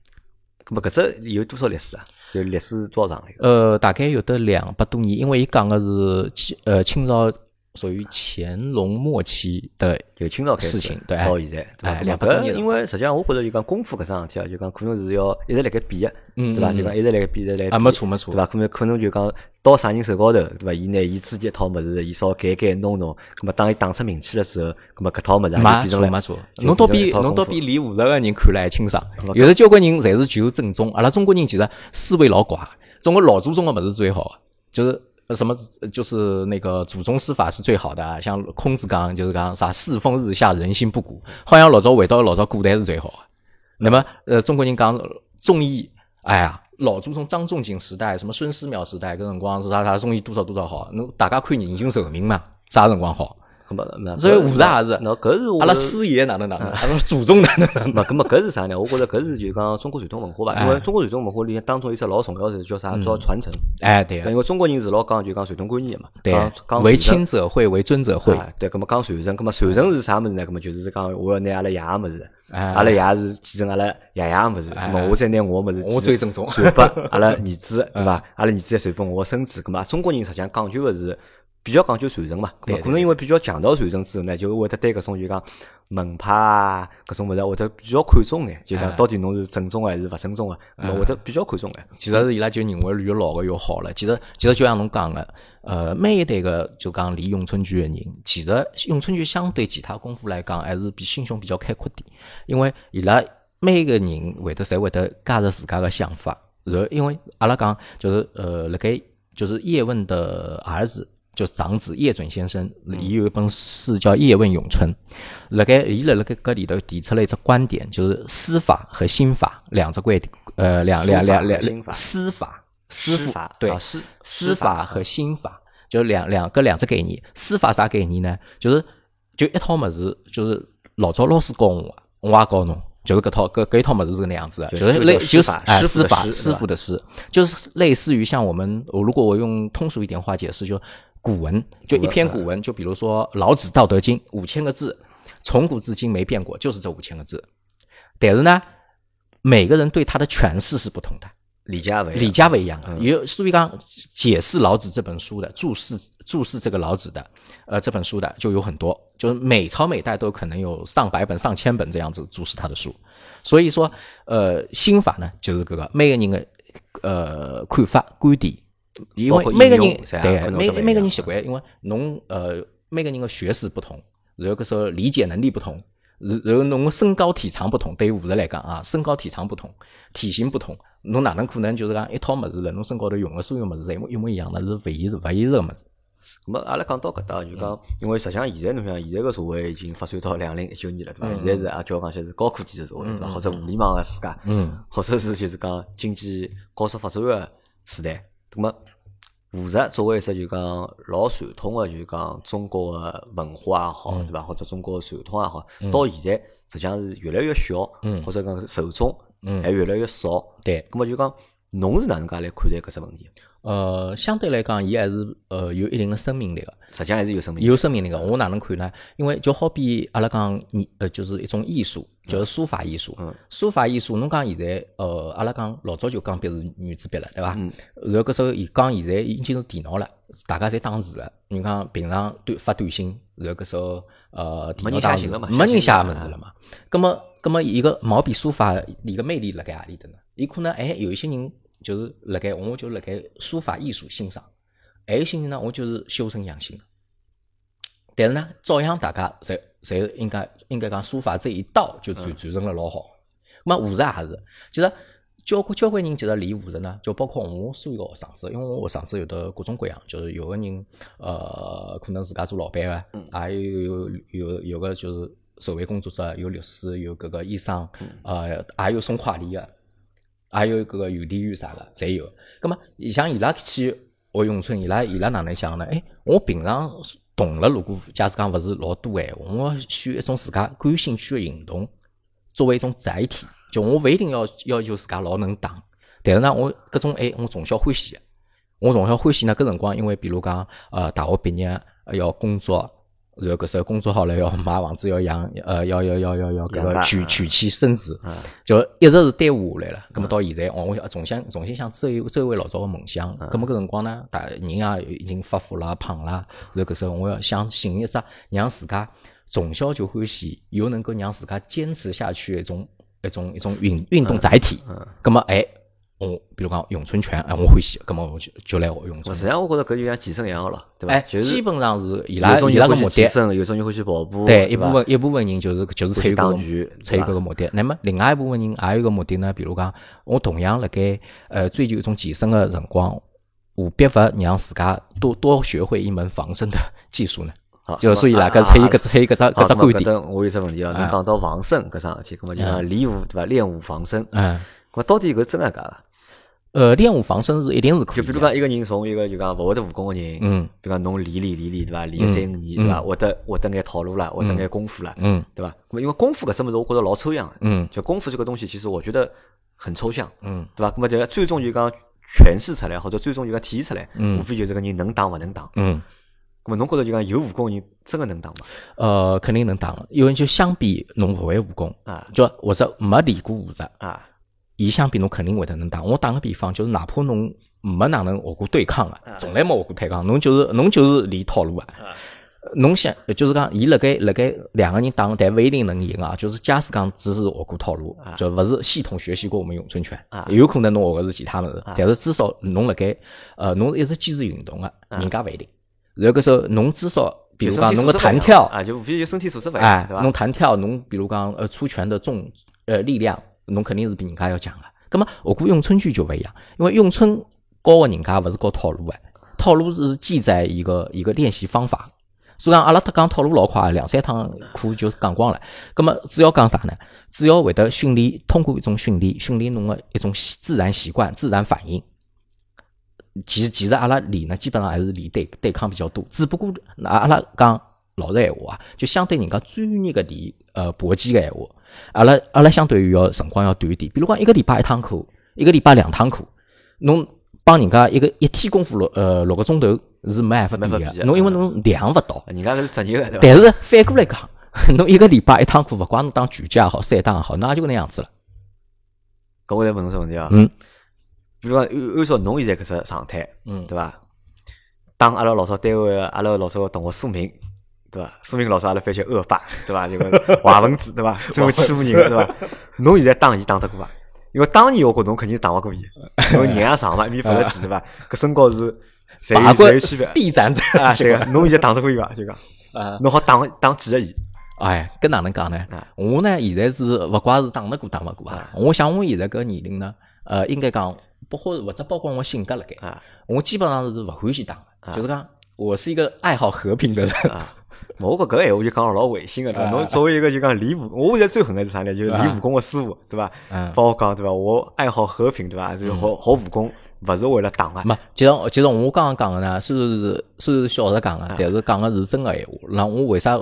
Speaker 1: 咁么搿只有多少历史啊？就历史多少长了？
Speaker 2: 呃，大概有得两百多年，因为伊讲的是清呃清朝属于乾隆末期的，
Speaker 1: 就清朝开始哦
Speaker 2: 事情对
Speaker 1: 到现在，对吧？
Speaker 2: 哎
Speaker 1: 咁
Speaker 2: 两
Speaker 1: 么
Speaker 2: 百多
Speaker 1: 搿
Speaker 2: 年了
Speaker 1: 因为实际上我觉着就讲功夫搿桩事体啊，就讲可能是要一直辣盖比个，
Speaker 2: 嗯
Speaker 1: 对吧？
Speaker 2: 嗯
Speaker 1: 就讲一直辣盖比，一直辣盖
Speaker 2: 啊
Speaker 1: 比
Speaker 2: 没错没错
Speaker 1: 对吧？可能可能就讲到啥人手高头，对吧？伊拿伊自己一套物事，伊稍改改弄弄，咁么当伊打出名气了之后，咁么搿套物事也就
Speaker 2: 没
Speaker 1: 变成
Speaker 2: 错
Speaker 1: 了
Speaker 2: 没错，
Speaker 1: 就
Speaker 2: 侬倒
Speaker 1: 变成了一
Speaker 2: 比
Speaker 1: 套
Speaker 2: 侬倒
Speaker 1: 功夫
Speaker 2: 比练武术个人看了还清爽
Speaker 1: 勿，
Speaker 2: 有的交关人侪是具有正宗，阿拉中国人其实思维老怪，中国老祖宗个物事最好的，就是。呃什么呃就是那个祖宗师法是最好的啊，像孔子讲就是讲啥世风日下，人心不古，好像老早回到老早古代是最好的。那么呃，中国人讲呃中医，哎呀，老祖宗张仲景时代，什么孙思邈时代，搿辰光是啥啥中医多少多少好，侬大家看人均寿命嘛，啥辰光好？
Speaker 1: 咁么那
Speaker 2: 所以
Speaker 1: 搿
Speaker 2: 武术也呃是
Speaker 1: 那搿是我
Speaker 2: 阿拉嗯
Speaker 1: 觉得
Speaker 2: 师爷哪能哪能，阿拉祖宗哪能哪能。
Speaker 1: 嘛，咁么搿是啥呢？我觉着搿是就讲中国传统文化吧，因为中国传统文化里向当中有一只老重要的叫
Speaker 2: 嗯
Speaker 1: 啥？叫传承。
Speaker 2: 哎，对
Speaker 1: 对因为中国人是老讲就讲传统观念嘛，
Speaker 2: 对啊
Speaker 1: 讲，讲
Speaker 2: 为
Speaker 1: 传承
Speaker 2: 亲者慧，为尊者慧。
Speaker 1: 啊，对，咁么讲传承，咁么传承是啥物事呢？咁么就是讲我要拿阿拉爷个物事，
Speaker 2: 啊
Speaker 1: 阿拉爷是继承阿拉爷爷个物事，咁么我再拿我个物事继承，
Speaker 2: 哎我最正宗
Speaker 1: 传拨阿拉儿子，对伐？阿拉儿子再传拨我个孙子，咁么中国人实际上讲究个是比较讲究传承嘛，咾么
Speaker 2: 对
Speaker 1: 可能因为比较强调传承之后呢，就会得对搿种就讲门派啊，搿种物事会得比较看重眼，就
Speaker 2: 哎
Speaker 1: 讲到底侬是正宗还是勿正宗啊，咾么会得比较看重眼。
Speaker 2: 其实伊拉就认为越老个越好了。其实其实就像侬讲个，呃，每一代个就讲离咏春拳个人，其实咏春拳相对其他功夫来讲，还是比心胸比较开阔点，因为伊拉每一个人会得侪会得加入自家个想法。然后，因为阿拉讲就是呃，辣盖就是叶问的儿子。就长子叶准先生，伊有一本书叫《叶问咏春》，辣盖伊辣辣盖搿里头提出了一只观点，就是司法和心法两只观点，呃，两两
Speaker 1: 书法
Speaker 2: 两
Speaker 1: 和
Speaker 2: 两
Speaker 1: 心法
Speaker 2: 司法、司
Speaker 1: 师
Speaker 2: 法
Speaker 1: 法
Speaker 2: 对
Speaker 1: 啊师
Speaker 2: 司
Speaker 1: 师
Speaker 2: 法嗯和心法，就两两搿两只概念。司法啥概念呢？就是就一套物事，就是老早老师教我的，我也教侬，就是搿套搿搿一套物事是搿能样子的，
Speaker 1: 对
Speaker 2: 就是
Speaker 1: 这个
Speaker 2: 类
Speaker 1: 叫
Speaker 2: 就
Speaker 1: 师
Speaker 2: 是
Speaker 1: 法
Speaker 2: 哎
Speaker 1: 师
Speaker 2: 司
Speaker 1: 傅的
Speaker 2: 法
Speaker 1: 师
Speaker 2: 师
Speaker 1: 对吧
Speaker 2: 傅的师，就是类似于像我们，我如果我用通俗一点话解释，就古文，嗯就一篇古文，就比如说《老子·道德经》五千个字，从古至今没变过，就是这五千个字。但是呢，每个人对它的诠释是不同的。
Speaker 1: 理解勿一样
Speaker 2: 理解不一样啊。有苏以刚解释《老子》这本书的注释，注释这个《老子》的，呃，这本书的就有很多，就是每朝每代都可能有上百本、上千本这样子注释他的书。所以说，呃，心法呢，就是搿个每个人的呃看法、观点，因
Speaker 1: 包
Speaker 2: 为
Speaker 1: 括
Speaker 2: 每个
Speaker 1: 应用
Speaker 2: 人
Speaker 1: 噻
Speaker 2: 对
Speaker 1: 搿种
Speaker 2: 每
Speaker 1: 都勿一啊
Speaker 2: 每个
Speaker 1: 样
Speaker 2: 人习惯，因为侬呃每个人的学识不同，然后搿时候理解能力不同。然然后侬个身高体长不同，对于武术来讲啊，身高体长不同，体型不同，侬哪能可能就是讲一套物事了，侬身高头用个所有物事侪一模一模一样的，是勿现实勿现实个物事。
Speaker 1: 咁么阿拉讲到搿搭，就
Speaker 2: 嗯
Speaker 1: 讲，因为实际上现在侬想，现在个社会已经发展到两零一九年了，对伐？现在是啊，叫我讲些是高科技的社会，对伐？或者互联网个世界，
Speaker 2: 嗯，
Speaker 1: 或者是就是讲经济高速发展个时代。咁么，武术作为一只就讲老传统个，就讲中国个文化也好，
Speaker 2: 嗯
Speaker 1: 对伐？或者中国个传统也好，到现在实际上是越来越小，
Speaker 2: 嗯
Speaker 1: 或者讲是受众
Speaker 2: 嗯
Speaker 1: 还越来越少。
Speaker 2: 对，
Speaker 1: 咁么就讲，侬是哪能介来看待搿只问题？
Speaker 2: 呃，相对来讲，伊还是呃有一定的生命力个，
Speaker 1: 实际上还是有生命力。
Speaker 2: 有生命力个。我哪能看呢？因为就好比阿拉讲，你呃就是一种艺术，就是书法艺术。
Speaker 1: 嗯
Speaker 2: 书法艺术，侬讲现在呃阿拉讲老早就讲笔是原子笔了，对伐？
Speaker 1: 嗯
Speaker 2: 然后搿时候，伊讲现在已经是电脑了，大家侪打字了。你讲平常短发短信，然后搿时候呃，电
Speaker 1: 没
Speaker 2: 脑
Speaker 1: 人
Speaker 2: 打
Speaker 1: 写
Speaker 2: 字
Speaker 1: 信了嘛
Speaker 2: 没人
Speaker 1: 写
Speaker 2: 写
Speaker 1: 信了
Speaker 2: 物事了嘛。葛么，葛么伊个毛笔书法伊个魅力辣盖何里搭呢？伊可能哎，有一些人就是辣盖，我就辣盖书法艺术欣赏；还有一些人呢，我就是修身养性。但是呢，照样大家侪侪应该应该讲书法这一道就
Speaker 1: 嗯
Speaker 2: 传传承了老好。那么武术也是，其实交关交关人其实练武术呢，就包括我所有个学生子，因为我学生子有得各种各样，就是有个人呃可能自家做老板个，也有有有有个就是社会工作者，有律师，有搿个医生，呃，也有送快递个，也有搿个邮递员啥个，侪有。葛么，像伊拉去学咏春，伊拉伊拉哪能想呢？哎，我平常动了，如果假使讲勿是老多闲话，我选一种自家感兴趣的运动作为一种载体，就我勿一定要要求自家老能打，但是呢，我搿种哎，我从小欢喜个。我从小欢喜呢，搿辰光因为比如讲，呃，大学毕业呃要工作，然后搿时候工作好了要买房子，要养，呃，要要要要要搿
Speaker 1: 养
Speaker 2: 个
Speaker 1: 家
Speaker 2: 娶
Speaker 1: 嗯
Speaker 2: 娶妻生子
Speaker 1: 嗯，
Speaker 2: 就一直是耽误下来了。葛么到现在，哦，我想重新重新想追追回老早个梦想。
Speaker 1: 嗯
Speaker 2: 葛么搿辰光呢，大人也已经发福啦、胖啦，然后搿时候我要想寻一只让自家从小就欢喜，又能够让自家坚持下去的一种一种一种运运动载
Speaker 1: 嗯
Speaker 2: 体。葛么哎。我比如讲咏春拳，哎，我欢喜，葛么我就就来学咏
Speaker 1: 我
Speaker 2: 春
Speaker 1: 实。际上我觉着搿就像健身一样个咯，对伐？
Speaker 2: 哎，
Speaker 1: 就是
Speaker 2: 基本上是伊
Speaker 1: 有
Speaker 2: 拉
Speaker 1: 种
Speaker 2: 伊
Speaker 1: 人
Speaker 2: 拉个
Speaker 1: 会
Speaker 2: 目
Speaker 1: 去
Speaker 2: 的
Speaker 1: 健，身，有种人会去跑步，
Speaker 2: 对，
Speaker 1: 吧
Speaker 2: 一部分一部分人就是就是出于搿
Speaker 1: 当
Speaker 2: 个
Speaker 1: 局
Speaker 2: 出于搿个目的。那么另外一部分人也有一个目的呢，比如讲，我同样辣盖呃追求一种健身个辰光，何必勿让自家多多学会一门防身的技术呢？
Speaker 1: 好
Speaker 2: 就所以啦，
Speaker 1: 啊
Speaker 2: 搿出于
Speaker 1: 啊
Speaker 2: 搿只出于搿只
Speaker 1: 啊
Speaker 2: 搿只
Speaker 1: 咁么
Speaker 2: 观
Speaker 1: 搿
Speaker 2: 点，嗯
Speaker 1: 搭我有只问题啊，
Speaker 2: 哎
Speaker 1: 侬讲到防身搿桩事体，搿么就讲练武对伐？练武防身，搿
Speaker 2: 嗯，
Speaker 1: 么到底搿真个假个？
Speaker 2: 呃，练武防身是一定是可
Speaker 1: 就
Speaker 2: 以
Speaker 1: 比如
Speaker 2: 的，
Speaker 1: 讲一个人从一个就讲勿会得武功个人，
Speaker 2: 嗯
Speaker 1: 比如讲侬练练练练对伐？练三五年对伐？会得会得眼套路啦，会得眼功夫啦，
Speaker 2: 嗯
Speaker 1: 对伐？搿么因为功夫搿只物事，我觉着老抽象个，
Speaker 2: 嗯
Speaker 1: 就功夫这个东西，其实我觉得很抽象，
Speaker 2: 嗯
Speaker 1: 对伐？搿么就最终就讲诠释出来，或者最终就讲体现出来，无非就是搿人能打勿能打。
Speaker 2: 嗯。
Speaker 1: 咁么侬觉着就讲有武功的人真个能打伐？
Speaker 2: 呃，肯定能打了，因为就相比侬勿会武功
Speaker 1: 啊
Speaker 2: 就或者没练过武术，
Speaker 1: 啊，
Speaker 2: 伊相比侬肯定会得能打。我打个比方，就是哪怕侬没哪能学过对抗啊，从来没学过对抗，侬就是侬就是练套路啊。侬想呃就是讲，伊辣盖辣盖两个人打，但勿一定能赢啊。就是假使讲只是学过套路，就勿是系统学习过我们咏春拳，有可能侬学个是其他物事，但是至少侬辣盖呃侬是一直坚持运动个，啊人家勿一定。然后搿时候侬至少。比如讲，侬个弹跳
Speaker 1: 啊，就无非就身体素质勿一
Speaker 2: 哎
Speaker 1: 样，对，伐？
Speaker 2: 侬弹跳，侬比如讲呃出拳的重呃力量，侬肯定是比人家要强的。咁么，我估咏春拳就勿一样，因为咏春教个人家勿是教套路哎，套路是记在一个一个练习方法。所以讲，阿拉搭讲套路老快，两三趟课就讲光了。咁么，主要讲啥呢？主要会得训练，通过一种训练，训练侬个一种习自然习惯、自然反应。其实其实阿拉练呢，基本上还是练对对抗比较多，只不过那阿拉讲老实闲话啊，就相对人家专业个练呃搏击个闲话，阿拉阿拉相对于要辰光要短一点。比如讲一个礼拜一堂课，一个礼拜两堂课，侬帮人家一个一天功夫六呃六个钟头是没办法比
Speaker 1: 没法比
Speaker 2: 个，
Speaker 1: 的
Speaker 2: 侬因为侬量勿到。
Speaker 1: 人家搿是职业个，对伐？
Speaker 2: 但是反过来讲， 侬一个礼拜一堂课，勿怪侬当拳击也好，散打也好，那也就搿能样子了。
Speaker 1: 搿我来问侬只问题啊，
Speaker 2: 嗯，
Speaker 1: 比如讲按按照侬现在搿只状态，
Speaker 2: 嗯
Speaker 1: 对伐？当阿拉老早单位的阿拉老早同学苏明，对伐？苏明老师阿拉班级恶霸，对伐？就 个坏分子，对伐？专门欺负人的，对伐？侬现在打伊打得过伐？因为当年我觉着侬肯定打勿过伊，因为人也长嘛，一米八十几，对伐？搿身高 是侪
Speaker 2: 法
Speaker 1: 有
Speaker 2: 国
Speaker 1: 侪有区 别
Speaker 2: B 站战
Speaker 1: 啊。对个，侬现在打得过伊伐？ 就讲
Speaker 2: 啊，
Speaker 1: 侬好打打几个伊？
Speaker 2: 哎，搿哪能讲呢
Speaker 1: 啊？
Speaker 2: 我呢现在是勿怪是打得过打勿过啊
Speaker 1: 啊。
Speaker 2: 我想我现在搿年龄呢，呃，应该讲包括或者包括我性格辣盖，
Speaker 1: 啊
Speaker 2: 我基本上是勿欢喜打的，就是讲我是一个爱好和平的人。
Speaker 1: 啊！我觉搿闲话就讲老违心个，对伐？
Speaker 2: 啊
Speaker 1: 侬作为一个就讲练武，我现在最恨个是啥呢？就是
Speaker 2: 啊
Speaker 1: 练武功个师傅，对伐？
Speaker 2: 嗯，
Speaker 1: 帮我讲对伐？我爱好和平对伐？就是学学武功，勿是为了打啊。
Speaker 2: 没，其实其实我刚刚讲的呢，虽然是虽然是小时讲的，但是讲的是真个闲话。那我为啥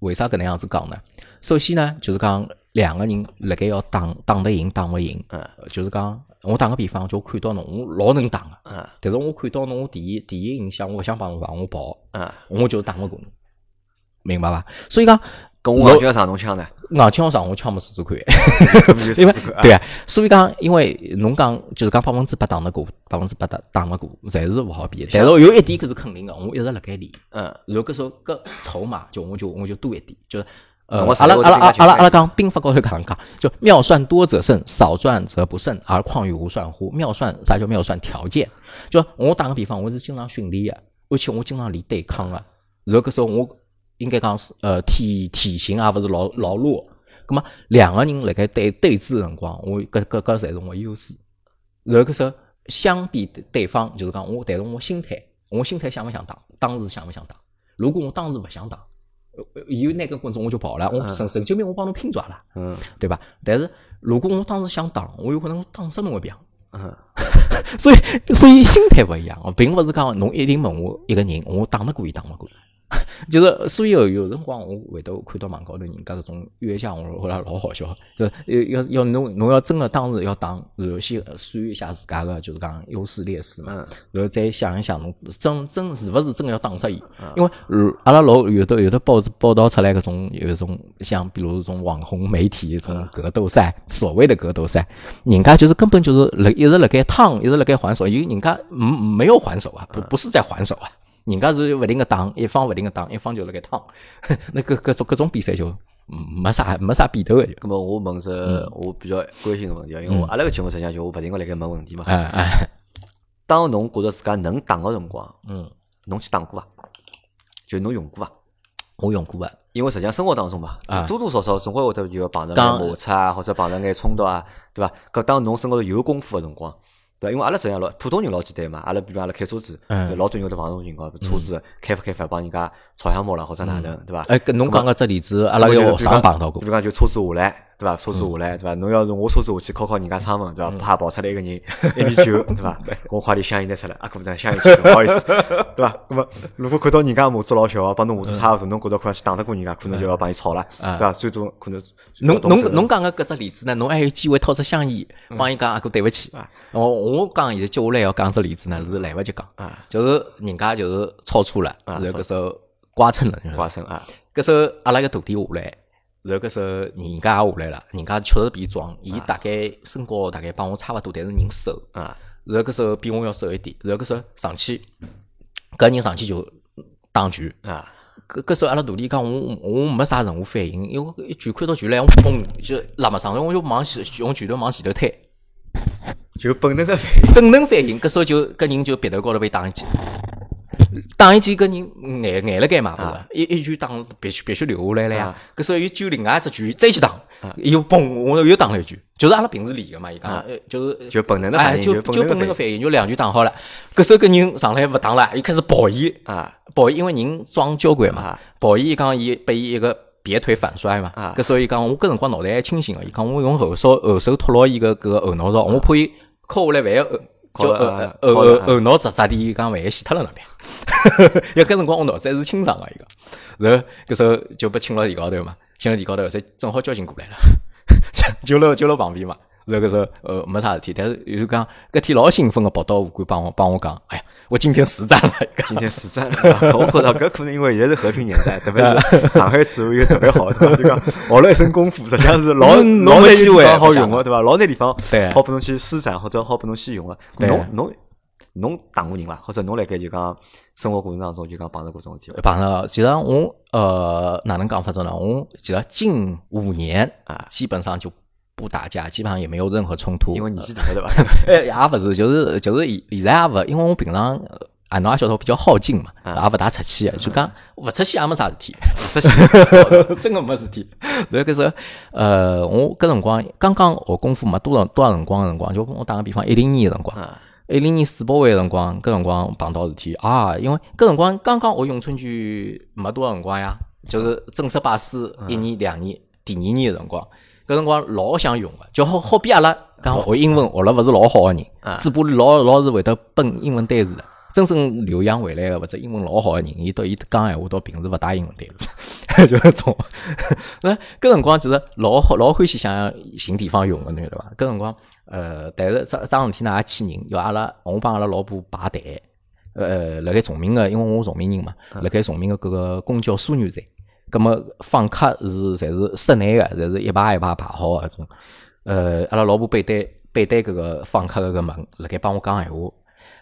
Speaker 2: 为啥搿能样子讲呢？首先呢，就是讲两个人辣盖要打打得赢，打勿赢，
Speaker 1: 嗯
Speaker 2: 呃就是讲我打个比方，就我看到侬，我老能打个，
Speaker 1: 嗯
Speaker 2: 但是我看到侬，我第一第一印象，我勿想帮侬打，我跑，
Speaker 1: 嗯，
Speaker 2: 我就打勿过侬，明白伐？所以讲，
Speaker 1: 跟我
Speaker 2: 老
Speaker 1: 就要上侬 腔呢，
Speaker 2: 硬枪上我枪没试试看。
Speaker 1: 因
Speaker 2: 因为
Speaker 1: 对
Speaker 2: 对啊，所以讲，因为侬讲就是讲百分之八打得过，百分之八打打勿过，侪是勿好比的。但是啊有一点搿是肯定的，我一直辣盖练。
Speaker 1: 嗯
Speaker 2: 然后搿时候搿筹码就我就我就多一点，就是呃
Speaker 1: 侬个
Speaker 2: 阿拉
Speaker 1: 手
Speaker 2: 阿拉
Speaker 1: 头
Speaker 2: 阿
Speaker 1: 更加
Speaker 2: 拉
Speaker 1: 勤快
Speaker 2: 阿拉阿拉讲兵法高头讲讲，就妙算多者胜，少算则不胜，而况于无算乎？妙算啥叫妙算条件？就我打个比方，我是经常训练的，而且我经常练对抗的。然后搿时候我应该讲是呃体体型也勿是老老弱，葛么两个人辣盖对对峙的辰光，我搿搿搿才是我的优势。然后搿时候相比对对方，就是讲我，但是我心态，我心态想勿想打，当时想勿想打。如果我当时勿想打，呃呃伊拿根棍子我就跑了，我神神经病我帮侬拼抓了，
Speaker 1: 嗯
Speaker 2: 对吧？但是如果我当时想打，我有可能打死侬个样。
Speaker 1: 嗯
Speaker 2: 所以所以心态勿一样，并勿是讲侬一定问我一个人，我打得过伊打勿过。 就是，所以有有辰光我回头看到网高头人家搿种约相，我觉着老好笑。就是要要要侬侬要真个当时要打，然后先算一下自家个就是讲优势劣势嘛，
Speaker 1: 嗯
Speaker 2: 然后再想一想侬真真是勿是真个要打出伊。因为呃阿拉老有的有的报纸报道出来搿种有一种像比如种网红媒体一种格斗赛，所谓的格斗赛，人家就是根本就是辣一直辣盖烫，一直辣盖还手，因为人家嗯没有还手啊，不不是在还手啊，人家是勿停个打，一方勿停个打，一方就辣盖烫， 那搿搿种搿种比赛就嗯没啥没啥比头个就，
Speaker 1: 咁么我问只我比较关心个问题啊，因为我阿拉个节目实际上就我勿停个辣盖问问题嘛。
Speaker 2: 哎哎，
Speaker 1: 当侬觉着自家能打个辰光，
Speaker 2: 嗯，
Speaker 1: 侬去打过伐？就侬用过伐？
Speaker 2: 我用过啊个，
Speaker 1: 因为实际上生活当中嘛
Speaker 2: 啊，
Speaker 1: 多多少少总归会得就碰着
Speaker 2: 讲
Speaker 1: 眼摩擦啊，或者碰着眼冲突啊，对伐？搿当侬身高头有功夫个辰光，对伐？因为阿拉实际上老普通人老简单嘛，阿拉比如阿拉开车子，
Speaker 2: 嗯
Speaker 1: 就老多人会得碰着人哦，车子开勿开勿帮人家吵相骂了或者哪能，对伐？
Speaker 2: 哎，搿侬讲个只例子，阿拉
Speaker 1: 就
Speaker 2: 有
Speaker 1: 是
Speaker 2: 学生碰到过
Speaker 1: 比，如讲就车子下来，对伐？车子下
Speaker 2: 嗯
Speaker 1: 来，对伐？侬要是我车子下去敲敲人家窗门，对伐？怕跑出来一个 人一米九，对伐？我快点香烟拿出来，啊阿哥不香烟去，不好意思，对伐？那么如果看到人家母子老小啊，帮侬母
Speaker 2: 嗯
Speaker 1: 子差勿多，侬觉着看上去打得过人家，可能就要帮伊吵了，对伐？最多可能
Speaker 2: 啊侬
Speaker 1: 动
Speaker 2: 侬
Speaker 1: 手
Speaker 2: 侬讲个搿只例子呢，侬还有机会掏出香烟帮伊讲阿哥对勿起
Speaker 1: 啊。
Speaker 2: 我我讲现在接下来要讲只例子呢，是来勿及讲，
Speaker 1: 啊
Speaker 2: 就是人家就是超车了，
Speaker 1: 啊
Speaker 2: 然后搿时候刮蹭了，
Speaker 1: 挂身啊，
Speaker 2: 搿时候阿拉个徒弟下来，然后搿时候人家也下来了，人家确实比壮，伊大概身高大概帮我差勿多，但是人瘦，
Speaker 1: 啊，
Speaker 2: 然后搿时候比我要瘦一点，然后搿时候上去，搿人上去就打拳。
Speaker 1: 啊，
Speaker 2: 搿搿时候阿拉大弟讲我我没啥任何反应，因为我一拳看到拳来，我砰就辣么上头，我就往前用拳头往前头推，
Speaker 1: 就本能的反应
Speaker 2: 本能反应，搿时候就搿人就鼻头高头被打一记，打一记搿人眼眼了该嘛，勿是一一拳打必须必须留下来了呀
Speaker 1: 啊。
Speaker 2: 搿时候又揪另外一只拳再去打，又砰我又打了一拳，就是阿拉平时练个嘛，伊讲
Speaker 1: 啊
Speaker 2: 呃就是
Speaker 1: 就本能的反
Speaker 2: 哎
Speaker 1: 应，
Speaker 2: 就就
Speaker 1: 本能
Speaker 2: 本能
Speaker 1: 的
Speaker 2: 个反应，就两拳打好了。搿时候搿人上来勿打了，伊开始跑伊。
Speaker 1: 应啊
Speaker 2: 保伊因为人装交关嘛
Speaker 1: 啊，
Speaker 2: 保伊伊讲伊被伊一个别腿反摔嘛
Speaker 1: 啊，
Speaker 2: 搿时候伊讲我搿辰光脑袋还清醒个，哦伊讲我用后手后手托牢伊个搿个后脑勺，我怕伊扣下来，万一后
Speaker 1: 靠
Speaker 2: 就后
Speaker 1: 了
Speaker 2: 后
Speaker 1: 靠
Speaker 2: 后
Speaker 1: 了啊
Speaker 2: 后脑砸砸地，伊讲万一死脱了那边， 因为搿辰光我脑子还是清爽个伊讲，然后搿时候就被请到地高头嘛，请到地高头，才正好交警过来了， 就辣就辣旁边嘛。然后搿时候，呃，没啥事体，但是有时讲，搿天老兴奋个，跑到武馆帮我帮我讲，哎呀，我今天实战了，伊讲
Speaker 1: 今天实战了，对吧我觉着搿可能因为现在是和平年代，特 别是上海治安又特别好，对伐？就讲学了一身功夫，实际上是老
Speaker 2: 嗯
Speaker 1: 老
Speaker 2: 侬没
Speaker 1: 难
Speaker 2: 机
Speaker 1: 地
Speaker 2: 会
Speaker 1: 方好
Speaker 2: 不想
Speaker 1: 用个，对伐？老难地方
Speaker 2: 对
Speaker 1: 好拨侬去施展或者好拨侬去用个。
Speaker 2: 对
Speaker 1: 侬侬侬打过人伐？或者侬辣盖就讲生活过程当中就讲碰着过这种事体伐？
Speaker 2: 碰着，其实我呃哪能讲法子呢？我其实近五年
Speaker 1: 啊
Speaker 2: 基本上就不打架，基本上也没有任何冲突。
Speaker 1: 因为年纪大了，对伐？
Speaker 2: 呃也不是，就是就是现现在也不，因为我平常呃啊侬也晓得我比较好静嘛，也不大出去，就讲勿出去也没啥事体。
Speaker 1: 这些
Speaker 2: 啊 真个没事体。然后搿时候，呃，我搿辰光刚刚学功夫没多少多少辰光个辰光，就我打个比方，一零年个辰光，
Speaker 1: 啊
Speaker 2: 一零年世博会个辰光，搿辰光碰到事体啊，因为搿辰光刚刚学咏春拳没多少辰光呀，就是正式拜师一年两年，第二年个辰光，搿辰光老想用个，就好好比阿拉讲学英文学了勿是老好个人
Speaker 1: 啊，
Speaker 2: 嘴巴里老老是会得蹦英文单词的。真正留洋回来个或者英文老好个人，伊到伊讲闲话到平时勿带英文单 词，就搿种。那搿辰光其实老好老欢喜想寻地方用个，侬晓得伐？搿辰光呃，但是桩桩事体呢也气人，要阿拉我帮阿拉老婆排队，呃，辣盖崇明个，因为我崇明人嘛，辣盖崇明个搿个公交枢纽站，葛末访客是侪是室内个，侪是一排一排排好个搿种。呃，阿拉老婆背对背对搿个访客搿个门，辣盖帮我讲闲话。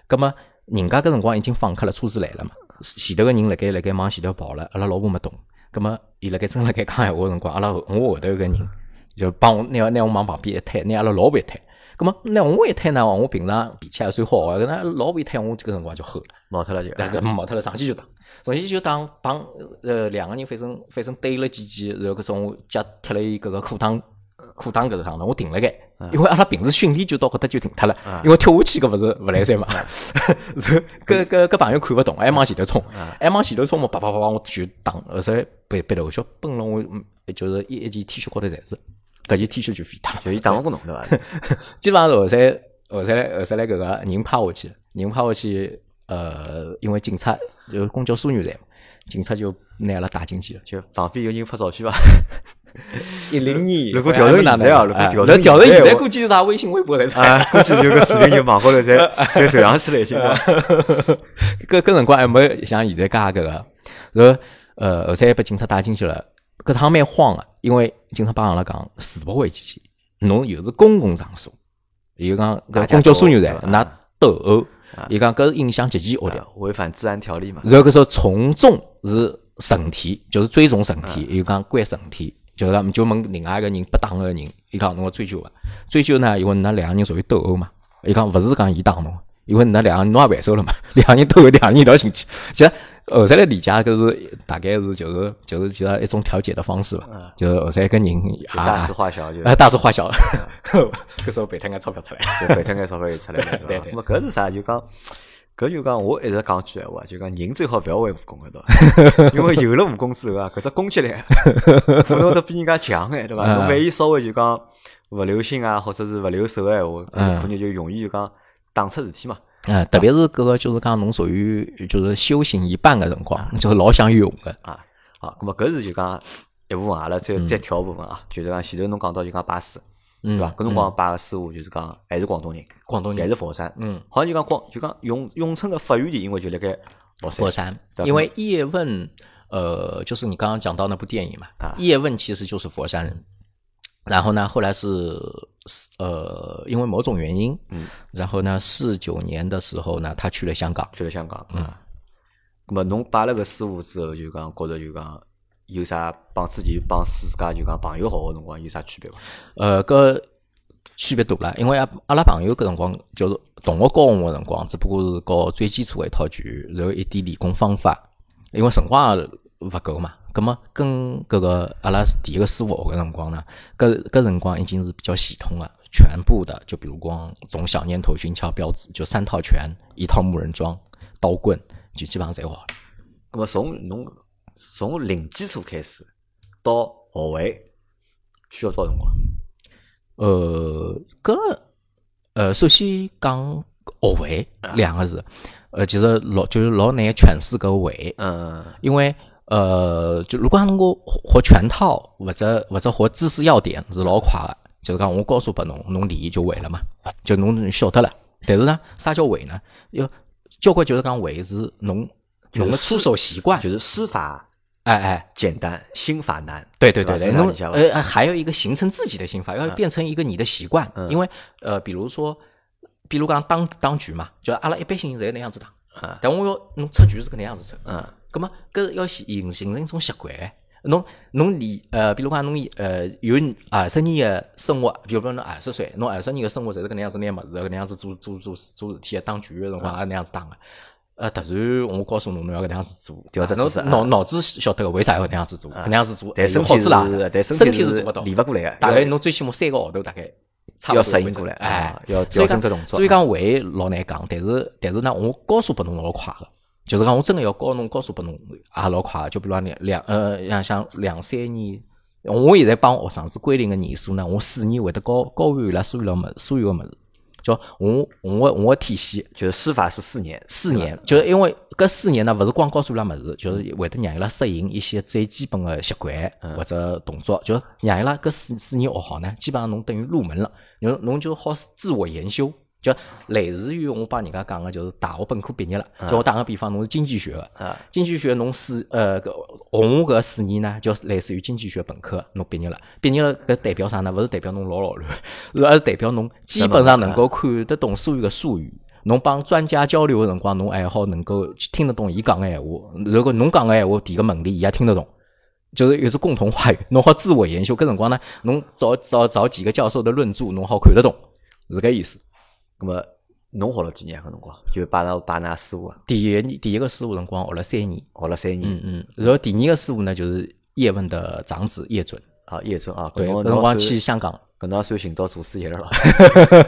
Speaker 2: 葛末人家搿辰光已经访客了，车子来了嘛，前头个人辣盖辣盖往前头跑了，阿拉老婆没懂。葛末伊辣盖真辣盖讲闲话个辰光，阿拉后我后头个人就帮我拿拿我往旁边一推，拿阿拉老婆一推。葛末拿啊我一推呢，我平常脾气还算好个，啊搿那老婆一推我，这个辰光就吼了。
Speaker 1: 冒脱了就
Speaker 2: 但是没脱了，上去就打，上去就打，帮呃两个人反正反正对了几记，然后搿种我脚踢了伊搿个裤裆裤裆搿个上头，我停了该，因为阿拉平时训练就到搿搭就停脱了
Speaker 1: 啊，
Speaker 2: 因为跳下去搿勿是勿来三嘛， 然后搿搿搿朋友看勿懂，还往前头冲，还往前头冲嘛，叭叭叭叭我全打，后头被被头削崩了我，嗯就是一一件 T 恤高头侪是，搿件 T 恤就飞脱了。
Speaker 1: 就伊打勿过侬，对 伐？
Speaker 2: 基本上是后山后山来后山来搿个人趴下去了，人趴下去，呃，因为警察就公交枢纽站嘛，警察就拿阿拉带进去了。
Speaker 1: 就旁边有人拍照片 伐？
Speaker 2: 一零年
Speaker 1: 如果调成现在啊如果调成
Speaker 2: 成调
Speaker 1: 现在
Speaker 2: 现在，
Speaker 1: 我
Speaker 2: 估计是啥微信、微博才出来。
Speaker 1: 啊，估计就有个视频就网高头侪侪传上去了，已 经。对伐
Speaker 2: 搿搿辰光还没像现在介搿个，然后呃后山被警察带进去了，搿趟蛮慌个，因为警察帮阿拉讲世博会期间，侬又是公共场所，伊讲搿公交枢纽站，㑚斗殴，伊讲搿是影响极其恶劣。
Speaker 1: 啊违反治安条例嘛？
Speaker 2: 然后搿时候从重是绳体，就是追踪绳体，又讲关绳体，就是讲就问另外一个人被打个人，伊讲侬要追究伐？追究呢，因为㑚两个人属于斗殴嘛，伊讲勿是讲伊打侬，因为㑚两个人侬也还手了嘛， 两个人斗殴，两个人一道进去。其实后头来理解搿是大概是就是就是其实一种调解的方式伐，就是后头一个人
Speaker 1: 就大
Speaker 2: 啊
Speaker 1: 事化 小，就
Speaker 2: 啊嗯大事化小，搿时候赔脱眼钞票出来了。
Speaker 1: 就白天眼钞票就出来了，
Speaker 2: 对
Speaker 1: 对吧
Speaker 2: 对？
Speaker 1: 那么搿是啥？就讲，搿就讲，我一直讲句闲话，就讲人最好勿要会武功， 对伐？因为有了武功之后啊，搿只攻击力可能会得比人家强哎，对伐？
Speaker 2: 嗯
Speaker 1: 侬万一稍微就讲勿留心啊，或者是勿留手个闲话，
Speaker 2: 嗯
Speaker 1: 可能就容易就讲打出事体嘛。
Speaker 2: 嗯，特别是搿个就是讲侬属于就是修行一半个辰光，就是老想用个。
Speaker 1: 啊，好，咁么搿是就讲一部分，阿拉再
Speaker 2: 嗯
Speaker 1: 再跳一部分啊，就是讲前头侬讲到就讲拜师，对
Speaker 2: 嗯
Speaker 1: 伐？搿辰光拜个师傅就是讲还是广东人，
Speaker 2: 广东
Speaker 1: 还
Speaker 2: 人
Speaker 1: 是佛山，
Speaker 2: 嗯，
Speaker 1: 好像就讲广就讲永永春个发源地，因为就辣盖佛山
Speaker 2: 佛，山
Speaker 1: 对，吧
Speaker 2: 因为叶问呃，就是你刚刚讲到那部电影嘛，
Speaker 1: 啊
Speaker 2: 叶问其实就是佛山人，然后呢，后来是呃，因为某种原因，
Speaker 1: 嗯，
Speaker 2: 然后呢，四九年的时候呢，他去了香港，
Speaker 1: 去了香港，嗯，咁么侬拜了个师傅之后，就讲觉着就讲有啥帮自己帮自家就讲朋友好个辰光有啥区别伐？
Speaker 2: 呃，搿区别大了，因为阿阿拉朋友搿辰光就是同学教我个辰光，只不过是教最基础的一套拳，然后一点理工方法，因为辰光也勿够嘛。葛么跟搿个阿拉第一个师傅学个辰光呢，搿搿辰光已经是比较系统了，全部的，就比如光从小念头、寻敲、标志，就三套拳，一套木人桩、刀棍，就基本上侪学了。
Speaker 1: 咁么从侬从零基础开始到学会需要多少辰光？
Speaker 2: 呃，搿呃，首先讲学会
Speaker 1: 啊
Speaker 2: 两个字，呃，其实老就是老难诠释搿会，
Speaker 1: 嗯
Speaker 2: 因为呃，就如果讲能够学全套或者或者学知识要点是老快的，就是讲我告诉拨侬，侬理就会了嘛，就侬晓得了。但是呢，啥叫会呢？要交关就是讲会是侬侬的出手习惯，
Speaker 1: 呃就是施法
Speaker 2: 哎哎，
Speaker 1: 简单，心法难。
Speaker 2: 对对
Speaker 1: 对吧
Speaker 2: 对对，
Speaker 1: 是
Speaker 2: 侬
Speaker 1: 哪一家吧嗯
Speaker 2: 呃呃还有一个形成自己的心法，要变成一个你的习惯，因为呃比如说，比如讲当当局嘛，就阿拉一般性侪那样子打，
Speaker 1: 嗯
Speaker 2: 但我要侬出局是搿能样子出，
Speaker 1: 嗯，
Speaker 2: 葛么搿啊要形形成一种习惯。侬侬理呃，比如讲侬呃有二十年的生活，比如讲侬二十岁，侬二十年的生活侪是搿能样子拿物事，搿能样子做做做做事体的，当局的辰光也啊那样子打个。呃，突然我告诉侬，侬要搿能样子做，
Speaker 1: 调整
Speaker 2: 啊侬
Speaker 1: 姿势
Speaker 2: 脑脑子晓得个为啥要搿能样子做，搿能样子做，
Speaker 1: 啊但
Speaker 2: 有
Speaker 1: 身
Speaker 2: 好
Speaker 1: 体
Speaker 2: 处啦
Speaker 1: 是，，但
Speaker 2: 身体
Speaker 1: 体
Speaker 2: 是
Speaker 1: 是
Speaker 2: 做不到，
Speaker 1: 理勿过来的，
Speaker 2: 大概
Speaker 1: 要
Speaker 2: 侬最起码三个号头，大概差不
Speaker 1: 要
Speaker 2: 多
Speaker 1: 适
Speaker 2: 会
Speaker 1: 应
Speaker 2: 这
Speaker 1: 过来，
Speaker 2: 样哎
Speaker 1: 啊，要
Speaker 2: 所
Speaker 1: 调
Speaker 2: 以讲
Speaker 1: 整这啊动作。
Speaker 2: 所以讲会老难讲，但是但是呢，我高速拨侬老快个，就是讲我真个要教侬高速拨侬也老快的，就比如讲两两呃像像两三年。我现在帮学生子规定个年数呢，我四年会得教教完伊拉所有了物事，所有个物事，叫我我的我的体系
Speaker 1: 就是施法是四年，
Speaker 2: 四年，就是因为搿四年呢，勿是光告诉伊拉物事，就是会得让伊拉适应一些最基本的习惯或者动作，就是让伊拉搿四四年学好呢，基本上侬等于入门了，侬侬就好自我研修，就类似于我帮人家讲个，就是大学本科毕业了。就我打个比方，侬是经济学的，
Speaker 1: 啊
Speaker 2: 经济学侬四呃搿红搿四年呢，就类似于经济学本科，侬毕业了，毕业了搿代表啥呢？勿是代表侬老老乱， 而是代表侬基本上能够看得懂所有个术语。侬帮专家交流个辰光，侬还好能够去听得懂伊讲个闲话。如果侬讲个闲话，提个问题，伊也听得懂。就是有是共同话语，侬好自我研修。搿辰光呢，侬找找找几个教授的论著，侬好看得懂，是搿意思。
Speaker 1: 那么侬学了几年搿辰光？就拜那拜那师傅啊，
Speaker 2: 第一第一个师傅辰光学了三年，
Speaker 1: 学了三
Speaker 2: 嗯
Speaker 1: 年
Speaker 2: 嗯，然后第二个师傅呢就是叶问的长子叶准，
Speaker 1: 啊，叶准啊，搿
Speaker 2: 对，
Speaker 1: 侬
Speaker 2: 搿
Speaker 1: 侬
Speaker 2: 辰
Speaker 1: 算
Speaker 2: 光去香港，
Speaker 1: 搿侬也算寻到祖师爷了咯。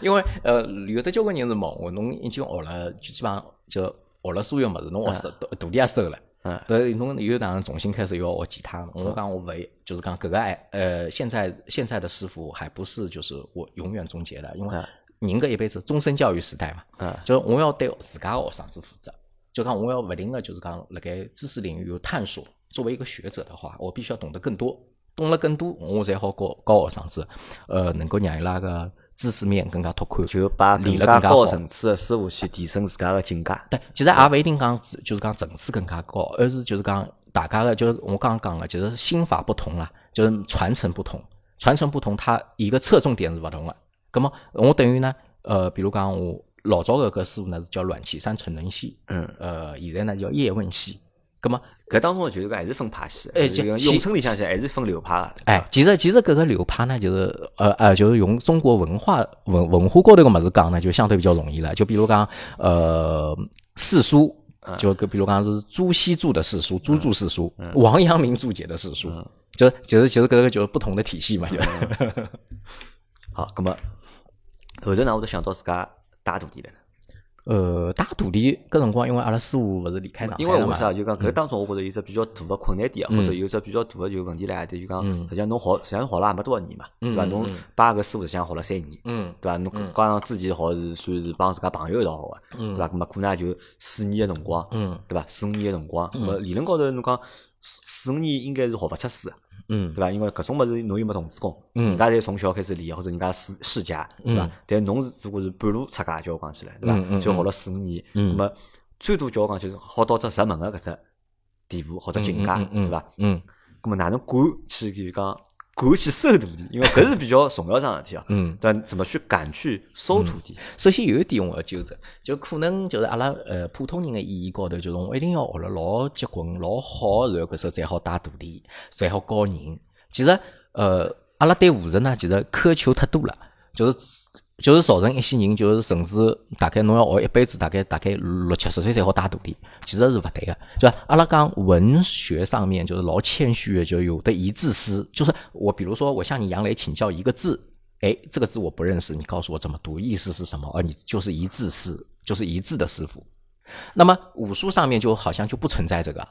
Speaker 2: 因为呃有的交关人是问我，侬已经学了，就基本上就学了所有物事，侬学徒徒弟也收了。
Speaker 1: 嗯
Speaker 2: 呃，侬又哪能重新开始又要学吉他了？我讲我为就是讲搿个爱呃，现在现在的师傅还不是就是我永远终结的，因为
Speaker 1: 嗯
Speaker 2: 人搿一辈子终身教育时代嘛，
Speaker 1: 嗯
Speaker 2: 就是我要对自家学生子负责，就讲我要勿停个就是讲辣盖知识领域有探索。作为一个学者的话，我必须要懂得更多，懂了更多，我才好教教学生子，呃，能够让伊拉个知识面更加拓宽，
Speaker 1: 就把更
Speaker 2: 理了
Speaker 1: 加
Speaker 2: 更加
Speaker 1: 高
Speaker 2: 好。
Speaker 1: 层次的师傅去提升自家的境界。
Speaker 2: 对，其实也勿一定讲是就是讲层次更加高，而是就是讲大家的，就是我刚刚讲的，就是心法不同啦，就是传承不同，传承不同，它一个侧重点是不同的。咁么，我等于呢，呃，比如讲我老早的搿师傅呢是叫阮岐山成人系，
Speaker 1: 嗯，
Speaker 2: 呃，现在呢叫叶问系。咁啊么，
Speaker 1: 搿当中就是讲还是分派系，
Speaker 2: 哎
Speaker 1: 就是
Speaker 2: 就
Speaker 1: 讲
Speaker 2: 其
Speaker 1: 咏春里向向还是分流派的。
Speaker 2: 哎，其实其实各个流派呢，就是呃呃，就是用中国文化文文化高头个么子讲呢，就相对比较容易了。就比如讲呃四书，
Speaker 1: 啊
Speaker 2: 就比如讲是朱熹著的四书，朱注四书，
Speaker 1: 嗯
Speaker 2: 王阳明注解的四书，就其实其实各个就是不同的体系嘛，就
Speaker 1: 嗯好，葛么后头呢，我就想到自家带徒弟了呢。
Speaker 2: 呃打徒弟搿辰光，因为阿拉师傅勿是离开上海
Speaker 1: 因为
Speaker 2: 了
Speaker 1: 为
Speaker 2: 嘛，嗯
Speaker 1: 啥就讲搿当中，我觉着有只比较大的困难点，或者有只比较大的就问题来何点，就讲
Speaker 2: 嗯
Speaker 1: 实际上侬学，实际上学了也没多少年嘛，对伐？侬拜搿师傅实际上学了三年，
Speaker 2: 嗯
Speaker 1: 对伐？侬加上之前学是算是帮自家朋友一道学个，对伐？咾么可能也就四年个辰光，
Speaker 2: 嗯
Speaker 1: 对伐？四五年个辰光，咾么理论高头侬讲四四五年应该是学勿出书个。
Speaker 2: 嗯
Speaker 1: 对伐？因为搿种物事侬又没童子功，
Speaker 2: 嗯
Speaker 1: 人家侪从小开始练，或者人家世世家，对伐
Speaker 2: 嗯？
Speaker 1: 但侬是只不过是半路出家，叫我讲起来，对伐
Speaker 2: 嗯嗯？
Speaker 1: 就学了四五年，
Speaker 2: 嗯
Speaker 1: 那么最多叫我讲就是好到只入门个搿只地步或者境界
Speaker 2: 嗯，嗯
Speaker 1: 对伐？？
Speaker 2: 嗯
Speaker 1: 咁么哪能管去就讲管去收土地？因为搿是比较重要桩事体哦。
Speaker 2: 嗯，
Speaker 1: 对伐，怎么去敢去收土地？
Speaker 2: 首先有一点我要纠正，就可能就是阿拉呃普通人的意义高头，就是我一定要学了老结棍、老好，然后搿时候才好带徒弟，才好教人。其实呃，阿拉对务实呢，其实苛求太多了，就是就是造成一些人就是甚至大概侬要学一辈子，大概大概六七十岁才好带徒弟，其实是勿对的。就阿拉讲文学上面就是老谦虚的，就有的一字诗，就是我比如说我向你杨磊请教一个字。哎，这个字我不认识，你告诉我怎么读，意思是什么？而哦你就是一字师，就是一字的师傅。那么武术上面就好像就不存在这个，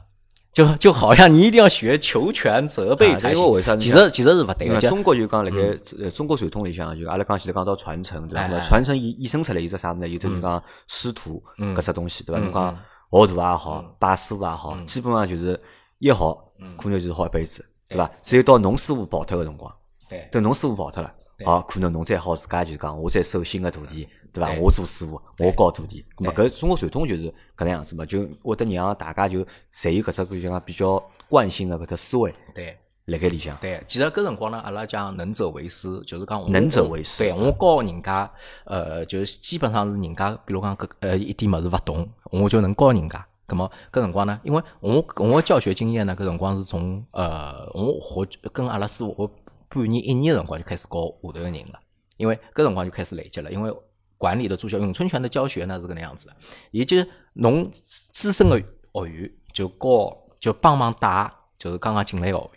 Speaker 2: 就就好像你一定要学求全责备
Speaker 1: 啊
Speaker 2: 才
Speaker 1: 因为
Speaker 2: 行。
Speaker 1: 为啥你
Speaker 2: 其
Speaker 1: 讲
Speaker 2: 实其实是勿对
Speaker 1: 因为
Speaker 2: 的，就
Speaker 1: 中国就讲辣盖呃中国传统里向，就阿拉讲前头讲到传承，对伐？
Speaker 2: 嗯哎
Speaker 1: 那么
Speaker 2: 哎
Speaker 1: 传承衍衍生出来有只啥物事呢？有只就讲师徒搿只东西，对伐？
Speaker 2: 嗯
Speaker 1: 侬讲学徒也好，拜师傅也好，基本上就是一学，
Speaker 2: 嗯
Speaker 1: 可能就是好一辈子，对伐？只有到侬师傅跑脱个辰光，
Speaker 2: 对
Speaker 1: 等侬师傅跑脱了，
Speaker 2: 对嗯
Speaker 1: 哦，可能侬再好自家就讲，我再收新个徒弟，对伐？
Speaker 2: 对
Speaker 1: 我做师傅，我教徒弟。咁么
Speaker 2: 对
Speaker 1: 搿中国传统就是搿能样子嘛，就会得让大家就侪有搿只就讲比较惯性个搿只思维
Speaker 2: 对。
Speaker 1: 辣盖里向。
Speaker 2: 对，其实搿辰光呢，阿拉讲能者为师，就是讲我
Speaker 1: 能者为师
Speaker 2: 对我教人家，呃，就是基本上是人家，比如讲搿呃一点物事勿懂，我就能教人家。葛么搿辰光呢，因为我我的教学经验呢，搿辰光是从呃我或跟阿拉师傅我半年一年的辰光就开始教下头个人了，因为搿辰光就开始累积了，因为管理的助教咏春拳的教学呢是搿能样子的，也就是侬资深的学员就教就帮忙带，就是刚刚进来的学员。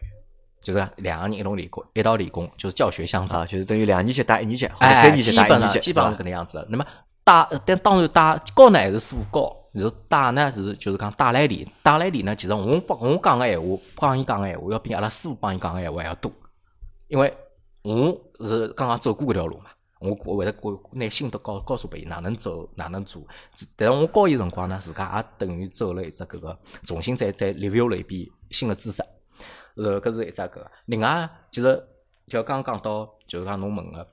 Speaker 2: 就是两个人一同练功，一道练功，就是教学相长。
Speaker 1: 啊，就是等于两年级打一年级，或者
Speaker 2: 哎，
Speaker 1: 三年级
Speaker 2: 基
Speaker 1: 打一
Speaker 2: 本
Speaker 1: 年
Speaker 2: 上
Speaker 1: 级，
Speaker 2: 基本上是
Speaker 1: 对
Speaker 2: 搿能样子的。那么带，但当然带教呢还是师傅教，就是带呢是就是讲带来练，带来练呢，其实我帮我讲个闲话，帮伊讲个闲话，要比阿拉师傅帮伊讲个闲话还要多，因为我是刚刚走过搿条路嘛。我我会得我耐心的告告诉拨伊哪能走哪能做，但是我教伊辰光呢，自家也等于走了一只搿个重新再再 review 了一遍新的知识，呃，搿是一只搿个。另外，其实就刚刚讲到，就是讲侬问个，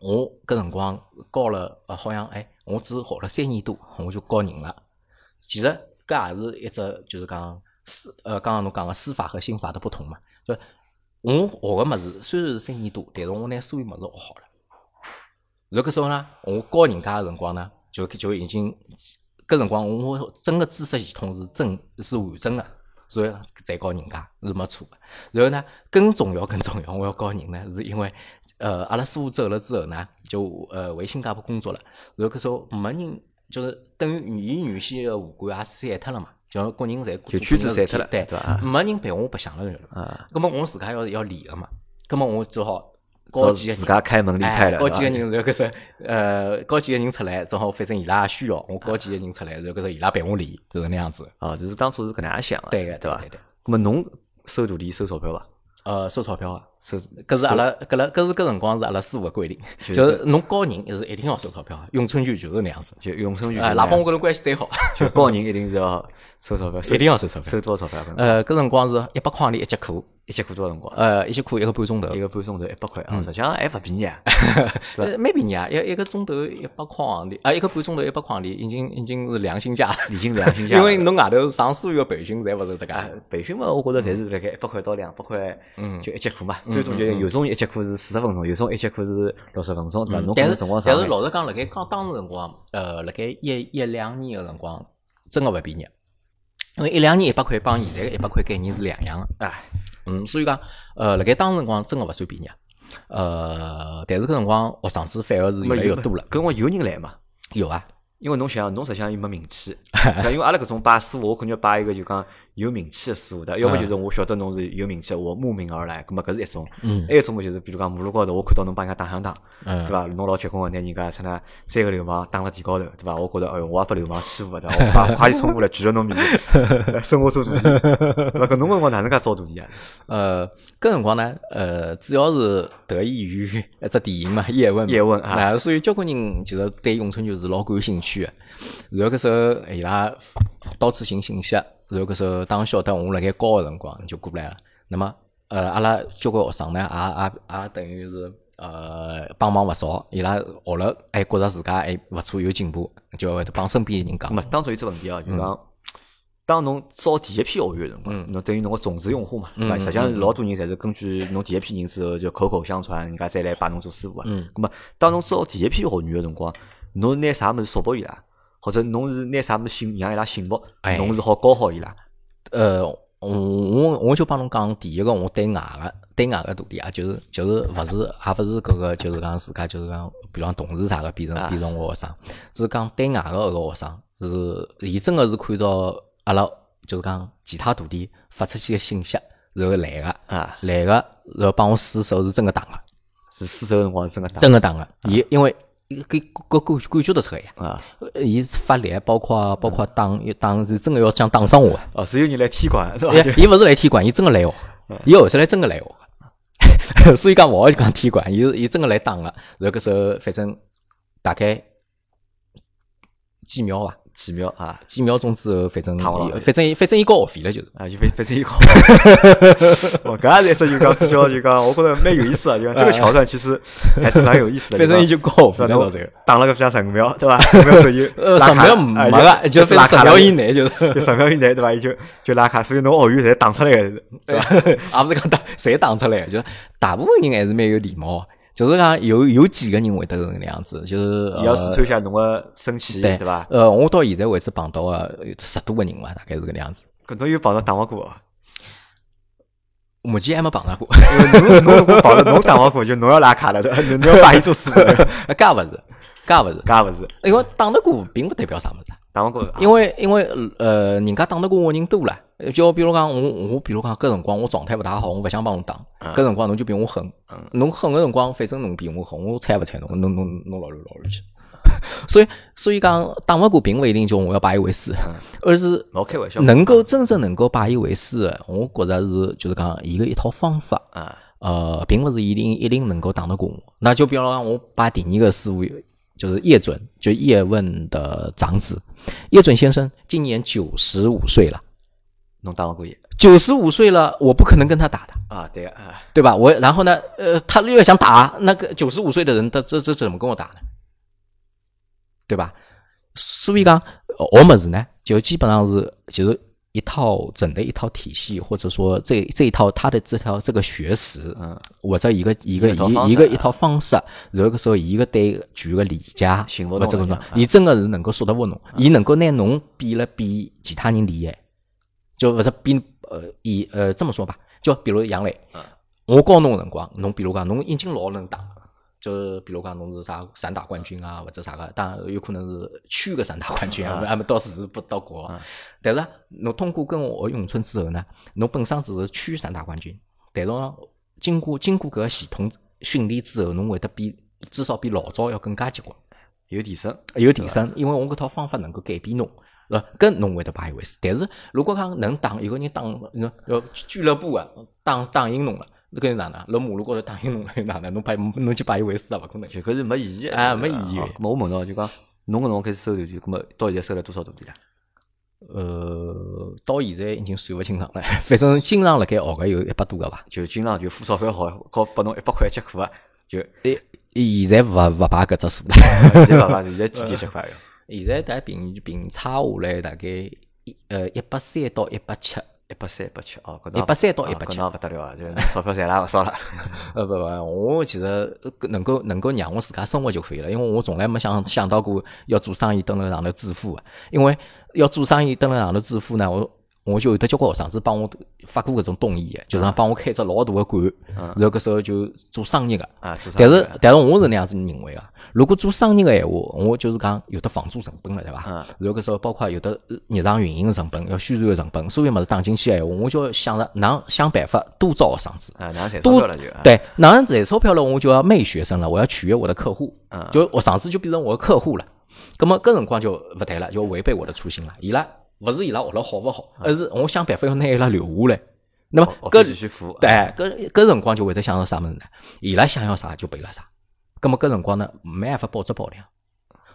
Speaker 2: 我搿辰光教了，呃，好像哎，我只学了三年多，我就教人了。其实搿也是一只，就是讲司，呃，刚刚侬讲个司法和刑法的不同嘛。就我学个物事虽然是三年多，但是我拿所有物事学好了。然后搿时候呢，我教人家个辰光呢，就就已经搿辰光我整个知识系统是真是完整个，所以才教人家是没错个。然后呢，更重要更重要，我要教人呢，是因为呃，阿拉师傅走了之后呢，就呃回新加坡工作了，然后搿时候没人就是等于伊原先个武馆也散脱了嘛，就个人侪
Speaker 1: 就圈子散脱了
Speaker 2: 对
Speaker 1: 对啊伐
Speaker 2: 没人陪我白相了就。
Speaker 1: 伐啊，
Speaker 2: 葛么我自家要要练个嘛，葛么我只好
Speaker 1: 搞
Speaker 2: 教几个人
Speaker 1: 自家开门离开了，
Speaker 2: 哎搞几个
Speaker 1: 对伐
Speaker 2: 人，然后搿是呃，搞几个人出来，正好反正伊拉也需要，我搞几个人出来，然后搿是伊拉陪我练，就是那样子。
Speaker 1: 啊，就是当初是搿能样想个，
Speaker 2: 对
Speaker 1: 个
Speaker 2: 个，
Speaker 1: 对伐
Speaker 2: 对？对。
Speaker 1: 那么侬收徒弟收钞票伐？
Speaker 2: 呃，收钞票啊，
Speaker 1: 收
Speaker 2: 搿是阿拉搿拉搿是搿辰光是阿拉师傅个规定，
Speaker 1: 就是
Speaker 2: 就是侬教人是一定要收钞票啊，咏春拳就是那样子。
Speaker 1: 就永生就
Speaker 2: 哎，哪怕我跟侬关系再好，
Speaker 1: 就高人一定是要收钞票，
Speaker 2: 一定要收钞票
Speaker 1: 收多少钞票？搿能
Speaker 2: 呃，搿辰光是一百块钿一节课，
Speaker 1: 一节课多少辰光？
Speaker 2: 呃，一节课一个半钟头
Speaker 1: 一，个半钟头一百块
Speaker 2: 嗯
Speaker 1: 啊，实际上还勿便宜 啊。对
Speaker 2: 呃蛮便宜啊，一一个钟头一百块行钿，啊，一个半钟头一百块行钿，已经已经是良心价了，
Speaker 1: 已经良心价了，
Speaker 2: 因为侬外头上所有个培训侪勿是这
Speaker 1: 啊
Speaker 2: 个。
Speaker 1: 培训嘛，我觉着侪是辣盖一百块到两百块，
Speaker 2: 嗯
Speaker 1: 就一节课嘛，最多就有种一节课是四十分钟，有种一节课是六十分钟，对伐？侬可
Speaker 2: 嗯但
Speaker 1: 能
Speaker 2: 是
Speaker 1: 辰光长
Speaker 2: 但是
Speaker 1: 眼。
Speaker 2: 老实讲，辣盖刚当时辰光，呃，辣盖一一两年个辰光，真个勿便宜。因为一两年一百块帮现在个一百块概念是两样个，
Speaker 1: 哎，
Speaker 2: 嗯，所以讲，呃，辣盖当时辰光真个勿算便宜，呃，但是搿辰光学生子反而是越来越多了，
Speaker 1: 搿辰光有人来嘛？
Speaker 2: 有啊，
Speaker 1: 因为侬想，侬实际上又没名气， 对吧因为阿拉搿种拜师傅，我感觉拜一个就讲有名气的师傅的，要么就是我晓得侬是有名气，我慕名而来，葛末搿是一种，
Speaker 2: 嗯
Speaker 1: 还有一种么就是比如讲马路高头，我看到侬帮人家打相打，
Speaker 2: 嗯
Speaker 1: 对伐？侬老结棍个，拿人家像那三个流氓打辣地高头，对伐？我觉着，哎哟，我也拨流氓欺负了，对伐？我快快点冲过来，举着侬面， 生我做徒弟，对伐？搿侬问我哪能介招徒弟啊？
Speaker 2: 呃，搿辰光呢，呃，主要是得益于一只电影嘛， 叶问嘛。
Speaker 1: 叶问啊
Speaker 2: 所以交关人其实对咏春拳是老感兴趣的。然后搿时候伊拉到处寻信息，然后搿时候当晓得我辣盖教个辰光就过来了。那么，呃，阿拉交关学生呢，也也也等于是呃帮忙勿少，伊拉学了哎还觉着自家还勿错，有进步，就会得帮身边的人讲
Speaker 1: 啊咁。么，当中有只问题哦，就讲，当侬招第一批学员个辰光，侬等于侬个种子用户嘛，对伐？实际上老多人侪是根据侬第一批人之后就口口相传，人家再来拜侬做师傅个。嗯。咁么，当侬招第一批学员个辰光，侬拿啥物事束缚伊拉，或者侬是拿啥物事信让伊拉信服
Speaker 2: 哎，
Speaker 1: 侬是好教好伊拉。
Speaker 2: 呃，我我我就帮侬讲，第一个我对外个对外个徒弟啊，就是就是勿是也勿是搿个，就是讲自家就是讲，比方同事啥个变成变成我学生，只是讲对外个一个学生是，伊真个是看到阿拉就是讲其他徒弟发出去个信息，然后来个
Speaker 1: 啊，
Speaker 2: 来个，然后帮我试手是真个打个，
Speaker 1: 是失手个辰光是真个打
Speaker 2: 真个打个，伊因为搿搿感感觉得出来呀，
Speaker 1: 啊。
Speaker 2: 呃伊是发力，包括包括打打是真个要想打伤我的。
Speaker 1: 哦，是有人来踢馆是伐？就嗯
Speaker 2: 伊伊勿是来踢馆，伊真个来学，伊后头来真个来学。 所以讲勿好讲踢馆，伊是伊真个来打个。然后搿时候反正大概几秒伐，
Speaker 1: 几秒啊
Speaker 2: 几秒钟之后，反正
Speaker 1: 躺下来
Speaker 2: 伊反正伊反正伊交学费了，就是
Speaker 1: 啊，就被被这一考。我刚才说就讲比较就讲，我觉得蛮有意思啊，就讲这
Speaker 2: 哎
Speaker 1: 个桥段其实还是蛮有意 思的。
Speaker 2: 反正伊
Speaker 1: 就
Speaker 2: 就交学费
Speaker 1: 讲
Speaker 2: 了到最后。
Speaker 1: 打了个像十五秒， 对吧？十五秒左右，
Speaker 2: 呃，
Speaker 1: 拉
Speaker 2: 十
Speaker 1: 卡
Speaker 2: 秒没
Speaker 1: 啊
Speaker 2: 个，就
Speaker 1: 就是拉
Speaker 2: 十
Speaker 1: 卡
Speaker 2: 秒
Speaker 1: 了
Speaker 2: 以内， 就是
Speaker 1: 就十秒以内，对吧？伊就就拉卡，所以侬学员侪打出来的，对吧？
Speaker 2: 也啊勿是讲打，侪打出来，就是大部分人还是蛮有礼貌，就是讲有有几个人会得是搿能样子，就是
Speaker 1: 也要
Speaker 2: 呃
Speaker 1: 试探一下侬的生气，对吧？
Speaker 2: 呃，我到现在为止碰到个有十多个人伐，大概是搿能样子。
Speaker 1: 搿侬有碰到打勿过伐，
Speaker 2: 目前还没碰 到过，
Speaker 1: 因为侬侬如果碰到侬打勿过，就侬要拉卡了，对吧？侬侬要把伊做师傅，
Speaker 2: 噶勿呃是，噶勿是，
Speaker 1: 噶勿是
Speaker 2: 因为打得过并不代表啥物事啊，
Speaker 1: 打勿过啊
Speaker 2: 因为因为呃，人家打得过我的人多了，就比如讲我我比如讲搿辰光我状态勿大好，我勿想帮侬打，
Speaker 1: 嗯
Speaker 2: 搿辰光侬就比我狠，侬狠个辰光反正侬比我狠，我睬勿睬侬，侬侬侬老乱老乱去。 所以，所以讲打勿过，并勿一定就我要拜伊为师，
Speaker 1: 嗯
Speaker 2: 而是
Speaker 1: 勿好开玩笑
Speaker 2: 能够真正能够拜伊为师的，我觉着是就是讲伊个一套方法，
Speaker 1: 啊
Speaker 2: 呃，并勿是一定一定能够打得过我。那就比方讲，我把第二个师傅就是叶准，就叶问的长子叶准先生，今年九十五岁了，
Speaker 1: 侬打勿过伊
Speaker 2: 九十五岁了，我不可能跟他打的，
Speaker 1: 啊，对个啊，
Speaker 2: 对吧？我然后呢，呃，他又想打那个九十五岁的人，他这这怎么跟我打呢？对吧？所以讲，呃学么子呢，就基本上是就是一套整的一套体系，或者说这这一套他的这条这个学识，
Speaker 1: 嗯，
Speaker 2: 或者一个一个
Speaker 1: 一套方
Speaker 2: 一
Speaker 1: 式
Speaker 2: 一个一套方啊式，然后搿时候伊个对拳个理解，啊
Speaker 1: 信服
Speaker 2: 或
Speaker 1: 侬
Speaker 2: 者搿
Speaker 1: 了
Speaker 2: 种
Speaker 1: 呀，
Speaker 2: 伊真个是啊能够说得服侬，伊能够拿侬比了比其他人厉害，就勿是比呃以呃这么说吧，就比如杨磊，我教侬个辰光，侬比如讲侬已经老能打了。就是比如讲，侬是啥散打冠军啊，或者啥个，当然有可能是区个散打冠军啊，还没到市不到国。但是啊侬通过跟我学咏春之后呢，侬本身只是区散打冠军，但是呢经过经过搿个系统训练之后，侬会得比至少比老早要更加结棍，
Speaker 1: 有提升，
Speaker 2: 有提升。因为我搿套方法能够改变侬，呃，跟侬会得摆一回事。但是如果讲能打一个人打，呃，呃俱乐部啊，打打赢侬了，那搿又哪能？辣马路高头打赢侬了又哪能？啊侬摆侬去摆一回事啊，勿可能。
Speaker 1: 就搿是没意义的
Speaker 2: 啊没意义
Speaker 1: 啊
Speaker 2: 的
Speaker 1: 咾么我问到就讲，侬搿辰光开始收徒弟，咾么到现在收了多少徒弟了？啊
Speaker 2: 呃，到现在已经算勿清 爽了，反正经常辣盖学个有一百多个伐。
Speaker 1: 就经常就付钞票好，搞拨侬一百块一节课啊，就
Speaker 2: 现在勿勿排搿只数 了。
Speaker 1: 现在爸爸现在几点节课啊呀？
Speaker 2: 现在大概平平差下来大概一呃一百三到一百七，
Speaker 1: 一百三、一百七哦，
Speaker 2: 130到
Speaker 1: 一
Speaker 2: 170
Speaker 1: 那勿得了啊！就钞票赚了勿少了。
Speaker 2: 呃不不，我其实呃能够能够让我自家生活就可以了，因为我从来没想想到过要做生意蹲辣上头致富啊，因为要做生意蹲辣上头致富呢，我。我就有得交关学生子帮我发过搿种动议的，就是讲帮我开一只老大个馆，然后搿时候就做生意个。
Speaker 1: 啊嗯做生
Speaker 2: 但
Speaker 1: 意
Speaker 2: 是
Speaker 1: 的
Speaker 2: 但是我是那样子认为啊，如果做生意个闲话，我就是讲有得房租成本了，对伐？
Speaker 1: 嗯
Speaker 2: 然后搿时候包括有得呃日常运营个成本，要宣传个成本，所有物事打进去个闲话，我就要想着能想办法多招学生子。
Speaker 1: 啊，哪赚钞
Speaker 2: 多
Speaker 1: 票了就啊？
Speaker 2: 对，哪能赚钞票了，我就要媚学生了，我要取悦我的客户
Speaker 1: 嗯，
Speaker 2: 就我上次就变成我的客户了。那么搿辰光就勿对了，就违背我的初心了。伊拉勿是伊拉学了好勿好，而是我想办法要拿伊拉留下来。那么
Speaker 1: 啊哦，
Speaker 2: 搿
Speaker 1: 搿继续付。
Speaker 2: 对，哎搿搿辰光就会得想到啥物事呢？伊拉想要啥就拨伊拉啥。葛么搿辰光呢，没办法保质保量。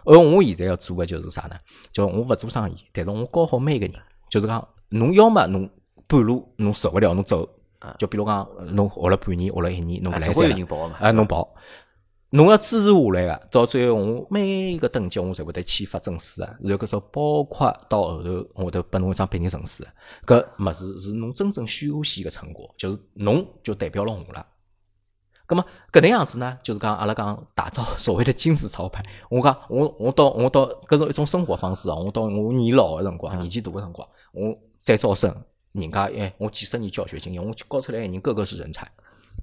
Speaker 2: 而我现在要做的就是啥呢？就我勿做生意，但是我教好每个人，就是讲侬要么侬半路侬受勿了侬走
Speaker 1: 啊，
Speaker 2: 呃就比如讲侬学了半年，学了一年，侬
Speaker 1: 啊
Speaker 2: 勿来
Speaker 1: 总归
Speaker 2: 三
Speaker 1: 有
Speaker 2: 了
Speaker 1: 人，报的嘛。
Speaker 2: 哎啊，侬跑。侬要支持下来个，到最后我每个等级我侪会得签发证书啊，然后搿时候包括到后头我会得拨侬一张毕业证书，啊搿物事是侬真正修仙个成果，就是侬就代表了我了。葛么搿能样子呢，就是讲阿拉讲打造所谓的金字招牌。我讲我我到我到搿种一种生活方式啊，我到我年老个辰光，年纪大个辰光，我再招生，人家哎，我几十年教学经验，我教出来个人个个是人才。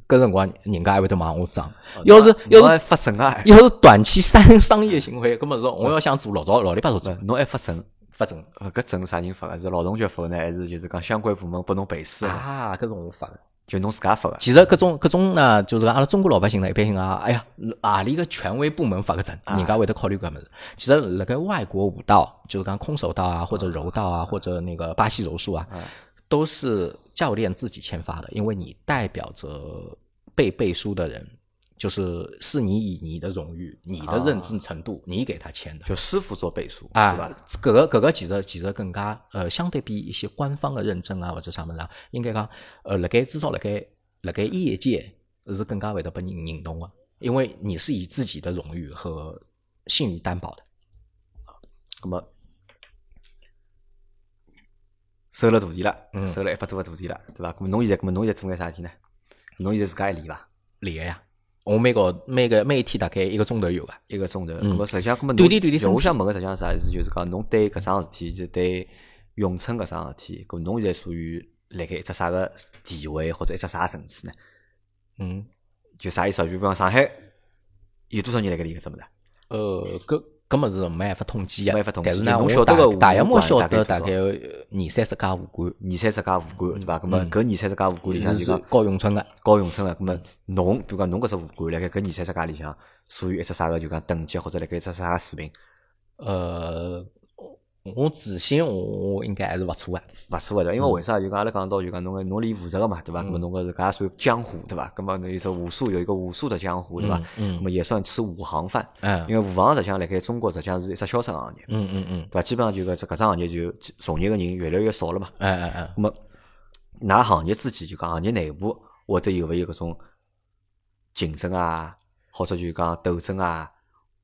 Speaker 2: 搿辰光人家还会得骂我脏。要是
Speaker 1: 侬
Speaker 2: 要
Speaker 1: 还
Speaker 2: 是
Speaker 1: 发证啊，
Speaker 2: 要是短期商 商业行为，搿么是我要想做老早老里八早做
Speaker 1: 嗯侬还发证，
Speaker 2: 发证
Speaker 1: 呃搿证是啥人发个？是劳动局发个呢，还是就是讲相关部门拨侬背书个？
Speaker 2: 啊，搿是我发的。
Speaker 1: 就侬自家发个？啊
Speaker 2: 其实搿种搿种呢，就是讲阿拉中国老百姓呢，一般性啊，哎呀，何里个权威部门发个证，人家会得考虑搿物事。其实辣盖外国武道，就是讲空手道啊，或者柔道啊，或者那个巴西柔术啊，都是教练自己签发的，因为你代表着被背书的人，就是是你以你的荣誉、你的认知程度，你给他签的。
Speaker 1: 就师傅做背书，对
Speaker 2: 啊
Speaker 1: 伐？，
Speaker 2: 搿个搿个其实其实更加呃，相对比一些官方的认证啊或者啥物事啊，应该讲呃，辣盖至少辣盖辣盖业界是更加会得被人认同的，因为你是以自己的荣誉和信誉担保的。
Speaker 1: 咁啊么收了徒弟了，
Speaker 2: 嗯
Speaker 1: 收了一百多个徒弟了，对伐？咁么侬现在，咁么侬现在做眼啥事体呢？侬现在自家还练伐？
Speaker 2: 练个呀，我每个每个每一天大概一个钟头有个。啊
Speaker 1: 一个钟头，咁啊么实际上，咁么
Speaker 2: 锻炼锻炼身体
Speaker 1: 我想问个实际上是啥意思？就是讲侬对搿桩事体，就对咏春搿桩事体，咁侬现在属于辣盖一只啥个地位或者一只啥层次呢？
Speaker 2: 嗯，
Speaker 1: 就啥意思啊？就比方上海有多少人辣盖练搿只物事啊？
Speaker 2: 呃，搿搿物事没办法统计个，啊
Speaker 1: 没法统计
Speaker 2: 但是
Speaker 1: 就
Speaker 2: 呢，
Speaker 1: 侬
Speaker 2: 我
Speaker 1: 晓得
Speaker 2: 大
Speaker 1: 个武
Speaker 2: 大约摸
Speaker 1: 馆
Speaker 2: 晓
Speaker 1: 大概
Speaker 2: 得
Speaker 1: 多
Speaker 2: 大
Speaker 1: 少
Speaker 2: 概有二三十家武馆，
Speaker 1: 二三十家武馆，对伐？咁么啊搿二三十家武馆里向就
Speaker 2: 就是
Speaker 1: 讲
Speaker 2: 高咏春个。
Speaker 1: 高咏春啊，咁么侬比如讲侬搿只武馆辣盖搿二三十家里向，属于一只啥个就讲等级或者辣盖一只啥个水平，
Speaker 2: 呃，我我自信我应该还是勿错个。
Speaker 1: 勿错个对伐？因
Speaker 2: 嗯
Speaker 1: 为为啥就讲阿拉讲到就讲侬个侬练武术个嘛，对伐？咁么侬搿是搿也算江湖对伐？咁么侬有一只武术有一个武术的江湖对伐？
Speaker 2: 嗯嗯
Speaker 1: 咁么也算吃武行饭，
Speaker 2: 嗯
Speaker 1: 因为武行实际上辣盖中国实际上是一只消失个行业，
Speaker 2: 嗯嗯嗯，
Speaker 1: 对伐？基本上就搿只搿只行业就从业个人越来越少了嘛。
Speaker 2: 哎哎哎，
Speaker 1: 那么，㑚行业之间就讲行业内部会得有勿有搿种竞争啊，或者就讲斗争啊，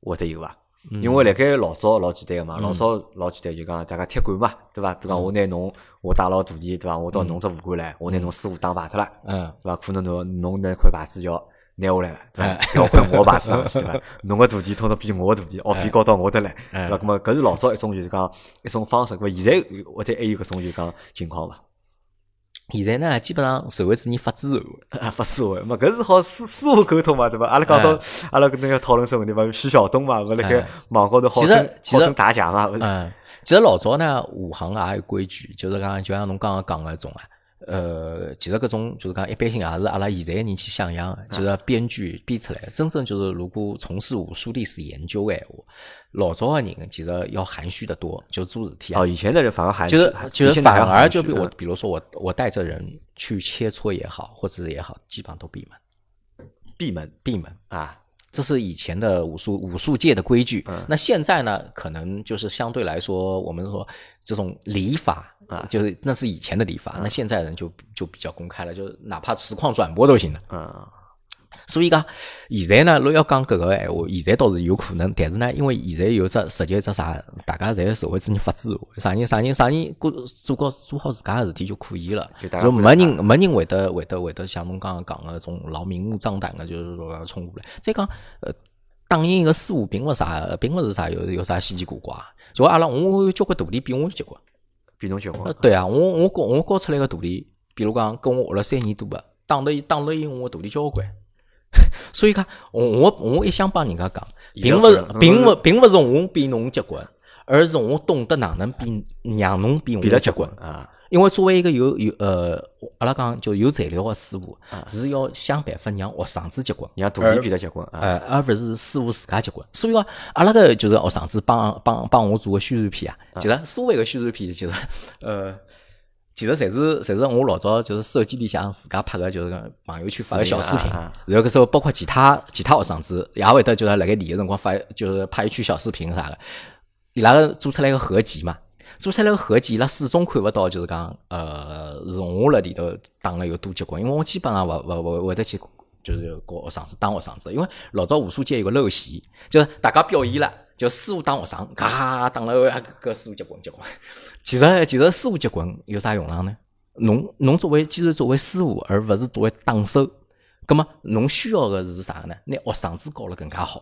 Speaker 1: 会得有伐？
Speaker 2: 嗯
Speaker 1: 因为辣盖老早老简单个嘛，老早老简单就讲啊大家踢馆嘛，对伐？比如讲我拿侬，我带牢徒弟，对伐？我到侬只武馆来，我拿侬师傅打败脱了，
Speaker 2: 嗯
Speaker 1: 对伐？可能侬侬那块牌子要拿下来了，对伐？调换我的牌子上去，对伐？ 侬个徒弟通通比我个徒弟学费高到我得来，对伐？
Speaker 2: 嗯
Speaker 1: 咁么搿是老早一种就是讲一种方式，咁么现在会得还有搿种就讲情况伐？
Speaker 2: 现在呢，基本上社会主义发展后，
Speaker 1: 啊，发思维嘛，搿是好事事后沟通嘛，对伐？阿拉讲到
Speaker 2: 哎
Speaker 1: 阿拉搿能个讨论什么问题嘛，徐晓东嘛，勿辣盖
Speaker 2: 哎
Speaker 1: 网高头号
Speaker 2: 其实
Speaker 1: 称
Speaker 2: 其
Speaker 1: 号
Speaker 2: 实
Speaker 1: 称打假嘛，勿是？
Speaker 2: 嗯，其实老早呢，武行也有规矩，就是讲就像侬刚刚讲个种啊。呃，其实搿种就是讲一般性也是阿拉现在人去想象的，就是编剧编出来的。真正就是如果从事武术历史研究个闲话，老早个人其实要含蓄得多，就做事体啊
Speaker 1: 哦，以前的人反而还
Speaker 2: 就是
Speaker 1: 还
Speaker 2: 就
Speaker 1: 以
Speaker 2: 是
Speaker 1: 前的
Speaker 2: 反
Speaker 1: 人
Speaker 2: 而
Speaker 1: 还
Speaker 2: 就比我
Speaker 1: 嗯，
Speaker 2: 比如说我我带着人去切磋也好，或者是也好，基本上都闭门
Speaker 1: 闭门
Speaker 2: 闭门。
Speaker 1: 啊，
Speaker 2: 这是以前的武术武术界的规矩。
Speaker 1: 嗯
Speaker 2: 那现在呢，可能就是相对来说，我们说这种礼法
Speaker 1: 啊嗯
Speaker 2: 就是那是以前的礼法，那现在人就就比较公开了，就是哪怕实况转播都行了。
Speaker 1: 嗯，
Speaker 2: 所以讲，现在呢，如果要讲搿个闲话，现在倒是有可能，但是呢，因为现在有只实际一只啥，大家侪是社会主义法治，啥人啥人啥人过做高做好自家个事体就可以了，
Speaker 1: 就大家
Speaker 2: 就
Speaker 1: 会
Speaker 2: 没
Speaker 1: 得
Speaker 2: 人没人会得会得会得像侬刚刚讲个种老明目张胆个，就是说冲过来。再讲，呃，打赢个师傅并勿啥，并勿是啥有有啥稀奇古怪，就阿拉我有交关徒弟比我结棍。
Speaker 1: 比侬结棍
Speaker 2: 呃，对啊，我我教我教出来个徒弟，比如讲跟我学了三年多个，打得打了赢我个徒弟交关。 所以讲，我我我一向帮人家讲，并勿是嗯
Speaker 1: 现在
Speaker 2: 并勿并勿是我比侬结棍，而是我懂得哪能比让侬比我
Speaker 1: 比了
Speaker 2: 结
Speaker 1: 结
Speaker 2: 棍
Speaker 1: 棍。啊，
Speaker 2: 因为作为一个有有呃，阿拉讲就有材料个师傅，是要想办法让学生子结棍。
Speaker 1: 让徒弟比了结棍啊，
Speaker 2: 呃，而勿是师傅自家结棍。所以讲，阿拉个就是学生子帮帮帮我做个宣传片啊，其实所谓个宣传片，其实呃，其实侪是侪是我老早就是手机里向自家拍个，就是讲朋友圈发个小视
Speaker 1: 视
Speaker 2: 频
Speaker 1: 频啊啊，
Speaker 2: 然后搿时候包括其他其他学生子也会得就是辣盖练个辰光发，就是拍一圈小视频啥个，伊拉个做出来个合集嘛。做出来个合集，伊拉始终看勿到，就是讲，呃，是我辣里头打了有多结棍，因为我基本上勿勿勿会得去就是教学生子当学生子，因为老早武术界有个陋习，就是大家表演了，就师傅当学生，嘎打了啊，搿师傅结棍结棍。其实其实师傅结棍有啥用啊场呢？侬侬作为既然作为师傅，而勿是作为打手，葛么侬需要个是啥呢？拿学生子教了更加好。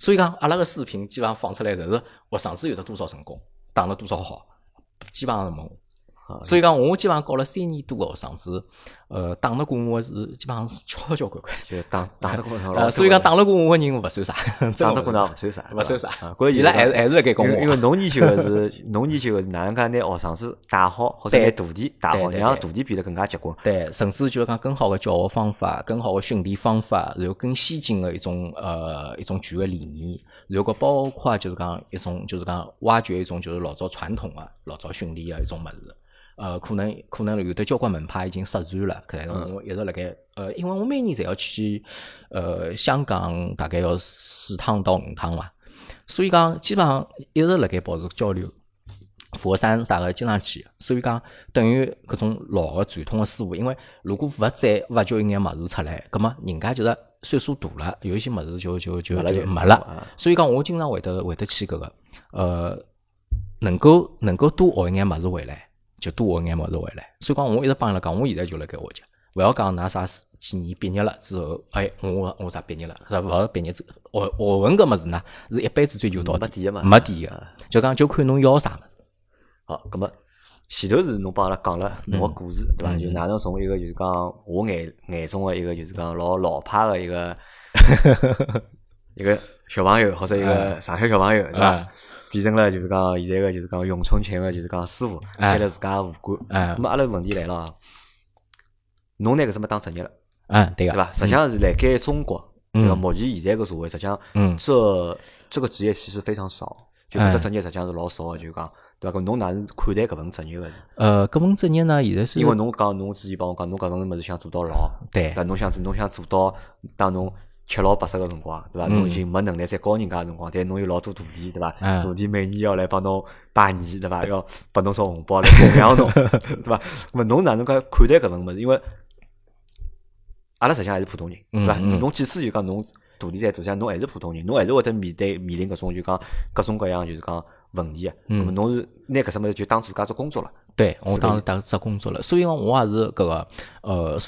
Speaker 2: 所以讲，阿拉个视频基本上放出来，侪是学生子有得多少成功，打了多少好，基本上是问
Speaker 1: 啊
Speaker 2: 我。所以讲，我基本上教了三年多个学生子，呃，打得过我是基本上是 交交关关。
Speaker 1: 就打打得过上
Speaker 2: 呃，所以讲打得过我个人勿算啥，
Speaker 1: 打
Speaker 2: 真
Speaker 1: 得
Speaker 2: 的
Speaker 1: 过
Speaker 2: 勿
Speaker 1: 㑚勿算啥，
Speaker 2: 勿算
Speaker 1: 对伐
Speaker 2: 啥
Speaker 1: 啊，关键
Speaker 2: 伊拉还是还是辣盖教
Speaker 1: 因为因为
Speaker 2: 我。
Speaker 1: 侬研究个是侬研究个是哪能介拿学生子带好，或者拿徒弟带好，
Speaker 2: 对对
Speaker 1: 让
Speaker 2: 对
Speaker 1: 徒弟变得更加结棍。
Speaker 2: 对，甚至就是讲更好的教学方法、更好的训练方法，然后更先进的一种呃一种教育理念，然后包括就是讲一种就是讲挖掘一种就是老早传统的老早训练啊的一种么子。呃，可能可能有的交关门派已经失传了，可能我一直辣盖呃，因为我每年侪要去呃香港，大概要四趟到五趟嘛，所以讲基本上一直辣盖保持交流。佛山啥个经常去，所以讲等于搿种老个传统个思维，因为如果勿再挖掘一眼物事出来，葛么人家就是岁数大了，有一些物事就就就
Speaker 1: 没了
Speaker 2: 就
Speaker 1: 就
Speaker 2: 没了
Speaker 1: 啊。
Speaker 2: 所以讲，我经常会得会得去搿个，呃，能够能够多学一眼物事回来，就多学一眼物事回来。所以讲，我一直帮伊拉讲，我现在就辣盖学习，勿要讲㑚啥几年毕业了之后，哎，我我啥毕业了，啥勿是毕业之后，学学问搿物事呢，是一辈子追求到底，
Speaker 1: 没底个嘛
Speaker 2: 没底个，就讲就看侬要啥物事。
Speaker 1: 好，咁么前头是侬帮阿拉讲了
Speaker 2: 嗯
Speaker 1: 侬个故事，对伐？就哪能从一个就是讲我眼眼中个一个就是讲老老派个一 个一个小朋友，或者一
Speaker 2: 哎
Speaker 1: 个上海小朋友，对伐
Speaker 2: 啊？
Speaker 1: 变成了就是讲现在个就是讲咏春拳个就是讲师傅，开了自家个武馆。
Speaker 2: 哎
Speaker 1: 咁么阿拉问题来了啊，侬拿搿只么当职业了？
Speaker 2: 嗯，对个，
Speaker 1: 对伐？实际上是辣盖中国，就
Speaker 2: 嗯
Speaker 1: 讲目前现在个社会，实际上，
Speaker 2: 嗯
Speaker 1: 这这个职业其实非常少，就
Speaker 2: 哎
Speaker 1: 搿只职业实际上是老少个，就讲对伐？搿侬哪能看待搿份职业个呢？
Speaker 2: 呃，搿份职业呢，现在是
Speaker 1: 因为侬讲侬之前帮我讲，侬搿份物事想做到老，
Speaker 2: 对
Speaker 1: 但侬想侬想做到当侬七老八十个辰光，对伐？侬已经没能力再教人家个辰光，但侬有老多徒弟，对伐？
Speaker 2: 嗯
Speaker 1: 徒弟每年要来帮侬拜年，对伐？要拨侬送红包来供养 侬，对伐？咾么侬哪能介看待搿份物事？因为阿拉实际上还是普通人，对伐？
Speaker 2: 嗯嗯
Speaker 1: 侬即使就讲侬徒弟再多，像侬还是普通人，侬还是会得面对面临搿种就讲各种各样就是讲问题个。咾
Speaker 2: 嗯
Speaker 1: 么侬是拿搿什物事就当自家做工作了。
Speaker 2: 对我当时打找工作了，所以讲我也是搿个呃，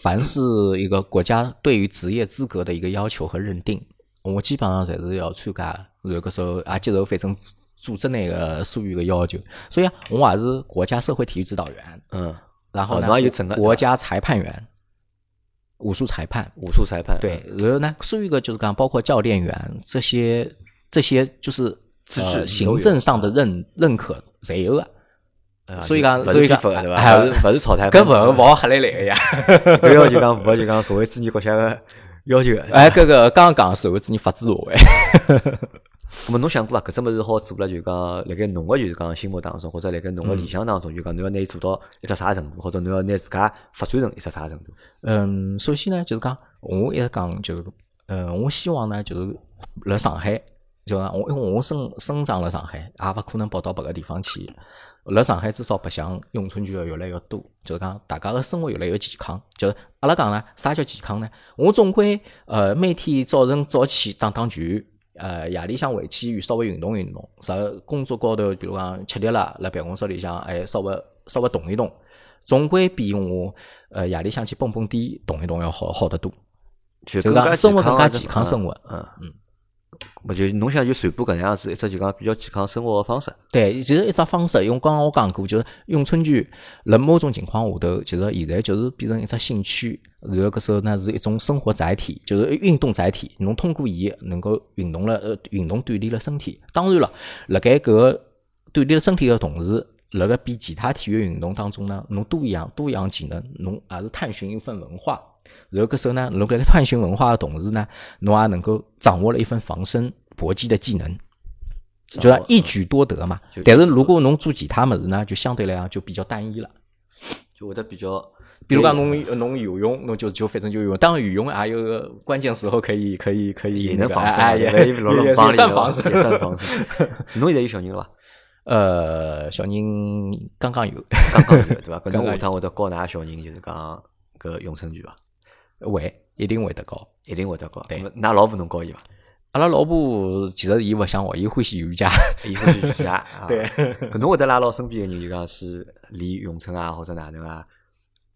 Speaker 2: 凡是一个国家对于职业资格的一个要求和认定，我基本上侪是要参加的，然后搿时候也接受反正组织内个所有个要求，所以啊，我也是国家社会体育指导员，
Speaker 1: 嗯，
Speaker 2: 然后
Speaker 1: 哦
Speaker 2: 呢，
Speaker 1: 侬也有整个
Speaker 2: 国家裁判员，武术裁判，
Speaker 1: 武术裁判
Speaker 2: 对，然后呢，所有个就是讲包括教练员这些这些就是
Speaker 1: 资
Speaker 2: 呃
Speaker 1: 质都
Speaker 2: 行
Speaker 1: 有
Speaker 2: 政上的认认可侪有呃个。
Speaker 1: 啊
Speaker 2: 所以讲
Speaker 1: 就勿是
Speaker 2: 所以讲
Speaker 1: FIFA 对伐？
Speaker 2: 哎
Speaker 1: 勿是勿是炒台，
Speaker 2: 搿勿勿好吓来来个呀！
Speaker 1: 勿要求讲符合就讲社会主义国家个要求。个。
Speaker 2: 哎，搿个刚刚社会主义法治社会，
Speaker 1: 那么侬想过伐？搿只物事好做了，就讲辣盖侬个就是讲心目当中，或者辣盖
Speaker 2: 嗯
Speaker 1: 侬个理想当中，就讲侬要拿伊做到一只啥程度，或者侬要拿自家发展成一只啥程度？
Speaker 2: 嗯，首先呢，就是讲我一直讲就是，呃，我希望呢就是辣上海，就讲我因为我生生长辣上海，也勿可能跑到别个地方去。辣上海至少白相咏春拳越来越多，就是讲大家个生活越来越健康。就是阿拉讲呢，啥叫健康呢？我总归呃每天早晨早起打打拳。呃，夜里向回去稍微运动运动，啥工作高头，比如讲吃力了，辣办公室里向，哎，稍微稍微动一动，总归比我呃夜里向去蹦蹦迪、动一动要好好得多，
Speaker 1: 就
Speaker 2: 就
Speaker 1: 更加
Speaker 2: 是讲生活更加
Speaker 1: 健
Speaker 2: 健康生
Speaker 1: 活。
Speaker 2: 活。
Speaker 1: 嗯嗯。我就侬想就传播搿能样子一只就讲比较健康生活个方式，
Speaker 2: 对，其实一只方式，用刚刚我讲过，就是咏春拳，辣某种情况下头，其实现在就是变成一只兴趣，然后搿时候呢是一种生活载体，就是运动载体。侬通过伊能够运动了，呃，运动锻炼了身体。当然了，辣盖搿个锻炼了身体的同时，辣盖比其他体育运动当中呢，侬多一样多一样技能，侬也是探寻一份文化。然后搿时候呢，侬辣盖探寻文化的同时呢，侬也能够掌握了一份防身搏击的技能。就
Speaker 1: 掌
Speaker 2: 是
Speaker 1: 握
Speaker 2: 一举多得嘛
Speaker 1: 嗯就。
Speaker 2: 但是如果侬做其他么子呢，就相对来讲就比较单一了。
Speaker 1: 就会得比较，
Speaker 2: 比如讲侬呃侬游泳，侬就就反正就游泳。当然游泳也有个关键时候可以可以可以
Speaker 1: 也
Speaker 2: 那
Speaker 1: 能
Speaker 2: 个
Speaker 1: 防
Speaker 2: 哎
Speaker 1: 身，
Speaker 2: 也
Speaker 1: 万一
Speaker 2: 也
Speaker 1: 落
Speaker 2: 也
Speaker 1: 了帮
Speaker 2: 也
Speaker 1: 里
Speaker 2: 算
Speaker 1: 头
Speaker 2: 防身
Speaker 1: 也。算防身。侬现在有小人了伐？
Speaker 2: 呃，小人刚刚有
Speaker 1: 刚刚有对伐？搿侬
Speaker 2: 刚刚
Speaker 1: 下
Speaker 2: 有
Speaker 1: 趟会得教㑚小人就是讲搿咏春拳伐？
Speaker 2: 会一定会得高。
Speaker 1: 一定会得高。
Speaker 2: 对
Speaker 1: 那么，㑚老婆侬教伊伐？
Speaker 2: 阿拉老婆其实伊勿想学，伊欢喜瑜伽。
Speaker 1: 伊欢喜瑜 伽。啊
Speaker 2: 对，
Speaker 1: 搿侬会得拉牢身边个人就讲去练咏春啊，或者哪能啊，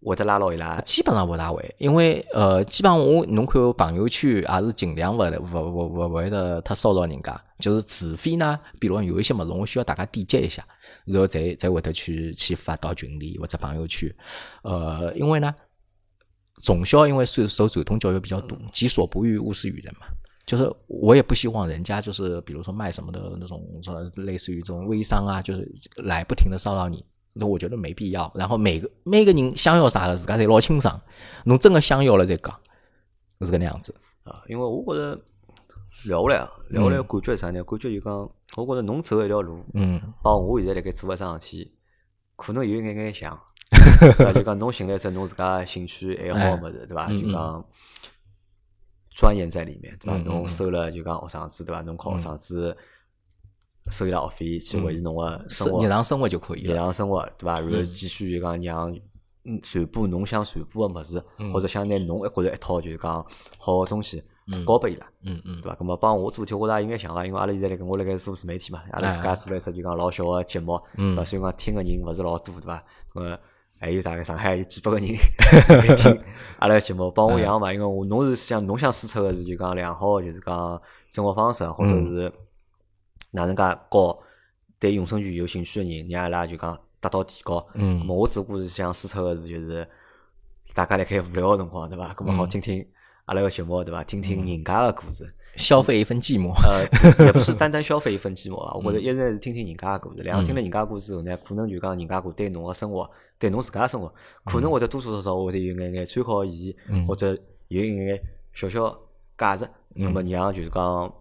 Speaker 1: 会得拉牢伊拉。
Speaker 2: 基本上勿大会，因为呃，基本上我侬看我朋友圈也是尽量勿勿勿勿勿会得太骚扰人家，就是除非呢，比如讲有一些物事我需要大家点击一下，然后才才会得去去发到群里或者朋友圈。呃，因为呢，从小因为受受传统教育比较多，己所不欲，勿施于人嘛。就是我也不希望人家就是比如说卖什么的那种，说类似于这种微商啊，就是来不停的骚扰你，那我觉得没必要。然后每个每个人想要啥个，自家侪老清爽。侬真的想要了再讲，是搿能样子。
Speaker 1: 啊，因为我觉着聊下来啊，聊下来感觉是啥呢？感觉就讲，我觉着侬走一条路，
Speaker 2: 嗯，
Speaker 1: 帮哦我现在辣盖做一桩事体，可能有一眼眼 像，对伐？就讲侬寻了一只侬自家兴趣爱好个物事，对伐？
Speaker 2: 嗯
Speaker 1: 就
Speaker 2: 嗯
Speaker 1: 讲钻研在里面，对伐？
Speaker 2: 嗯嗯
Speaker 1: 侬
Speaker 2: 嗯
Speaker 1: 收了就讲学生子，对伐？侬靠学生子收伊拉学费去维持侬个生
Speaker 2: 生
Speaker 1: 活
Speaker 2: 嗯日，常生活嗯就可以
Speaker 1: 日
Speaker 2: 了。
Speaker 1: 常生活，对伐？然后继续就讲让嗯传播侬想传播个物事，或者想拿侬还觉着一套就是讲好个东西
Speaker 2: 嗯
Speaker 1: 交拨伊拉。
Speaker 2: 嗯嗯
Speaker 1: 对伐？咁么帮我做体，我觉着也应该想啊，因为阿拉现在辣盖我辣盖做自媒体嘛，阿拉自家做了一只就讲老小个节目，
Speaker 2: 哎嗯
Speaker 1: 对伐？所以讲听个人勿是老多，对伐？呃，还有大概上海有几百 个人在听阿拉个节目，帮
Speaker 2: 哎
Speaker 1: 我养嘛，因为我侬是想侬想输出个是就讲良好个就是讲生活方式，啊或
Speaker 2: 嗯
Speaker 1: 者是哪能介教对咏春拳有兴趣个人，让阿拉就讲达到提高。
Speaker 2: 嗯
Speaker 1: 咁啊么我只不过是想输出个是就是大家辣盖无聊个辰光，对伐？咁啊
Speaker 2: 嗯
Speaker 1: 么好听听阿拉个节目，对伐？听听人家个故事。
Speaker 2: 消费一份寂寞。
Speaker 1: 呃，不也不是单单消费一份寂寞啊，我觉着一直是听听人家的故事，然后听了人家故事之后呢，可能就讲人家过对侬个生活，对侬自家的生活，可能会得多多少少会得有眼眼参考意义，或者有一眼眼小小价值，那么让就是讲。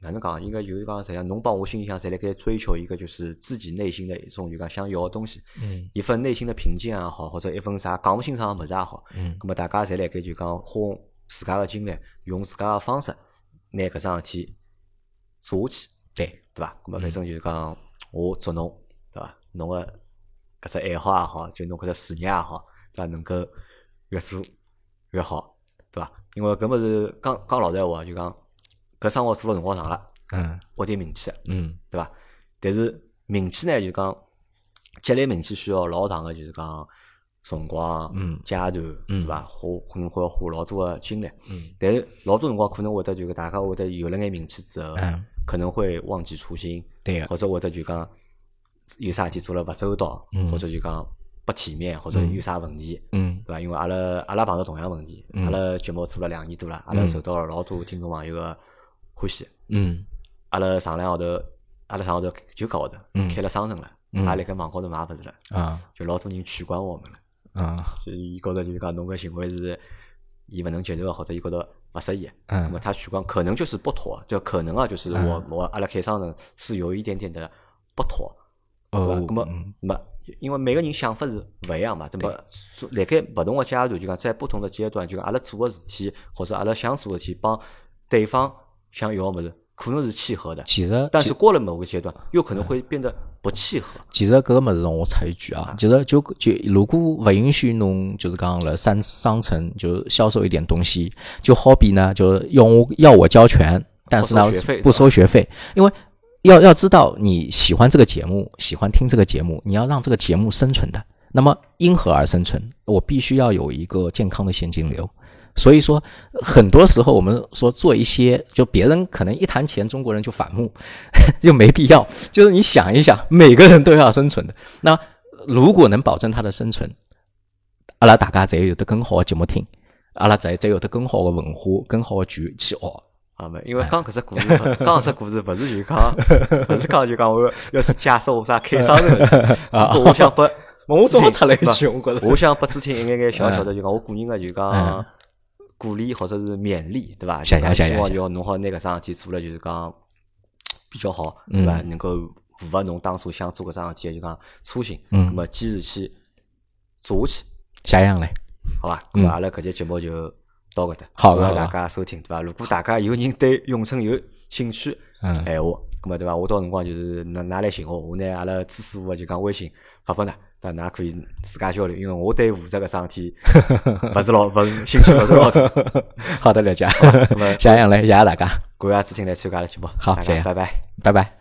Speaker 1: 哪能讲？应该就是讲，实际上侬帮我心里向侪辣盖追求一个，就是自己内心的一种就讲想要的东西，
Speaker 2: 嗯
Speaker 1: 一份内心的平静也好，或者一份啥讲不清爽的物事也好，
Speaker 2: 嗯
Speaker 1: 咁么大家侪辣盖就讲花自家个精力，用自家个方式拿搿桩事体做下去，
Speaker 2: 对，
Speaker 1: 对伐？咁么反正就是讲我祝侬，对伐？侬个搿只爱好也好，就侬搿只事业也好，对伐？能够越做越好，对伐？因为搿物事讲讲老实闲话，就讲搿生活做了辰光长了，
Speaker 2: 嗯
Speaker 1: 获点名气，
Speaker 2: 嗯
Speaker 1: 对伐？但是名气呢，就讲积累名气需要老长个，就是讲辰光、
Speaker 2: 嗯
Speaker 1: 阶段，对
Speaker 2: 嗯
Speaker 1: 伐？花可能会要花老多个精力。
Speaker 2: 嗯
Speaker 1: 但是老多辰光可能会得就讲大家会得有了眼名气之后，
Speaker 2: 嗯
Speaker 1: 可能会忘记初心，
Speaker 2: 对啊个
Speaker 1: 或者会得就讲有啥事体做了勿周到，
Speaker 2: 嗯
Speaker 1: 或者就讲不体面，或者有啥问题。
Speaker 2: 嗯
Speaker 1: 对伐？因为阿拉阿拉碰到同样问题，
Speaker 2: 嗯
Speaker 1: 阿拉节目做了两年多了，阿拉
Speaker 2: 嗯
Speaker 1: 受到了老多听众朋友个欢喜，
Speaker 2: 嗯
Speaker 1: 阿拉上两号头，阿拉上号头就搿号头
Speaker 2: 嗯
Speaker 1: 开了商城了，也
Speaker 2: 嗯
Speaker 1: 辣盖网高头买物事了，
Speaker 2: 啊
Speaker 1: 就老多人取关我们了。
Speaker 2: 啊
Speaker 1: 所以伊觉着就是讲侬搿行为是伊勿能接受个，或者伊觉着勿适宜。那么
Speaker 2: 嗯
Speaker 1: 他取关可能就是不妥，就可能啊，就是我我阿拉开商城是有一点点的不妥，对伐？
Speaker 2: 哦
Speaker 1: 那么
Speaker 2: 嗯
Speaker 1: 那么因为每个人想法是勿一样嘛，那么做辣盖勿同个阶段，就讲在不同的阶段，就讲阿拉做个事体或者阿拉想做个事体，帮对方想要个物事可能是契合的，
Speaker 2: 其实
Speaker 1: 但是过了某个阶段，又可能会变得不契合。
Speaker 2: 其实搿个物事我插一句啊，其实就就如果勿允许侬就是讲了商商城就销售一点东西，就好比呢，就要我要我交权，但是呢
Speaker 1: 不收学费
Speaker 2: 不收学费，因为要要知道你喜欢这个节目，喜欢听这个节目，你要让这个节目生存的，那么因何而生存？我必须要有一个健康的现金流。所以说，很多时候我们说做一些，就别人可能一谈钱，中国人就反目， 就没必要。就是你想一想，每个人都要生存的。那如果能保证他的生存，阿拉大家才有得更好的节目听，阿拉才才有得更好的文化、更好的哦剧去学。
Speaker 1: 啊，没，因为刚搿只故事 勿，刚搿只故事勿是就 讲，勿是讲就讲我要去解释我 啥开商人，只不过我想 拨
Speaker 2: 我
Speaker 1: 啊自己嗯
Speaker 2: 总插了一句
Speaker 1: 勿
Speaker 2: 我觉着
Speaker 1: 我想拨子听一眼眼小小的就讲我个人个就讲
Speaker 2: 嗯
Speaker 1: 鼓励或者是勉励，对伐？
Speaker 2: 谢谢
Speaker 1: 就讲
Speaker 2: 谢谢
Speaker 1: 希望
Speaker 2: 谢谢
Speaker 1: 要侬好拿搿桩事体做了就是讲比较好，对伐？能够符合侬当初想做搿桩事体的就讲初心，
Speaker 2: 嗯
Speaker 1: 那么坚持去做下去。
Speaker 2: 下样嘞，
Speaker 1: 好吧，
Speaker 2: 嗯
Speaker 1: 咁啊阿拉搿节节目就到搿搭，
Speaker 2: 好
Speaker 1: 感
Speaker 2: 的
Speaker 1: 谢大
Speaker 2: 好的
Speaker 1: 家收听，对伐？如果大家有人对咏春有兴趣，哎
Speaker 2: 嗯
Speaker 1: 啊闲话，咁么对伐？我到辰光就是拿拿来寻我，我拿阿拉支持我就讲微信发拨㑚，但㑚可以自家交流，因为我对负责搿桩事 体勿是老勿是兴趣勿是老大。
Speaker 2: 好的，了解
Speaker 1: 那么。
Speaker 2: 谢谢杨磊，谢谢大家，
Speaker 1: 感谢子婷来参加了节目，
Speaker 2: 好
Speaker 1: 大
Speaker 2: 谢
Speaker 1: 家
Speaker 2: 谢
Speaker 1: 拜拜。
Speaker 2: 拜拜。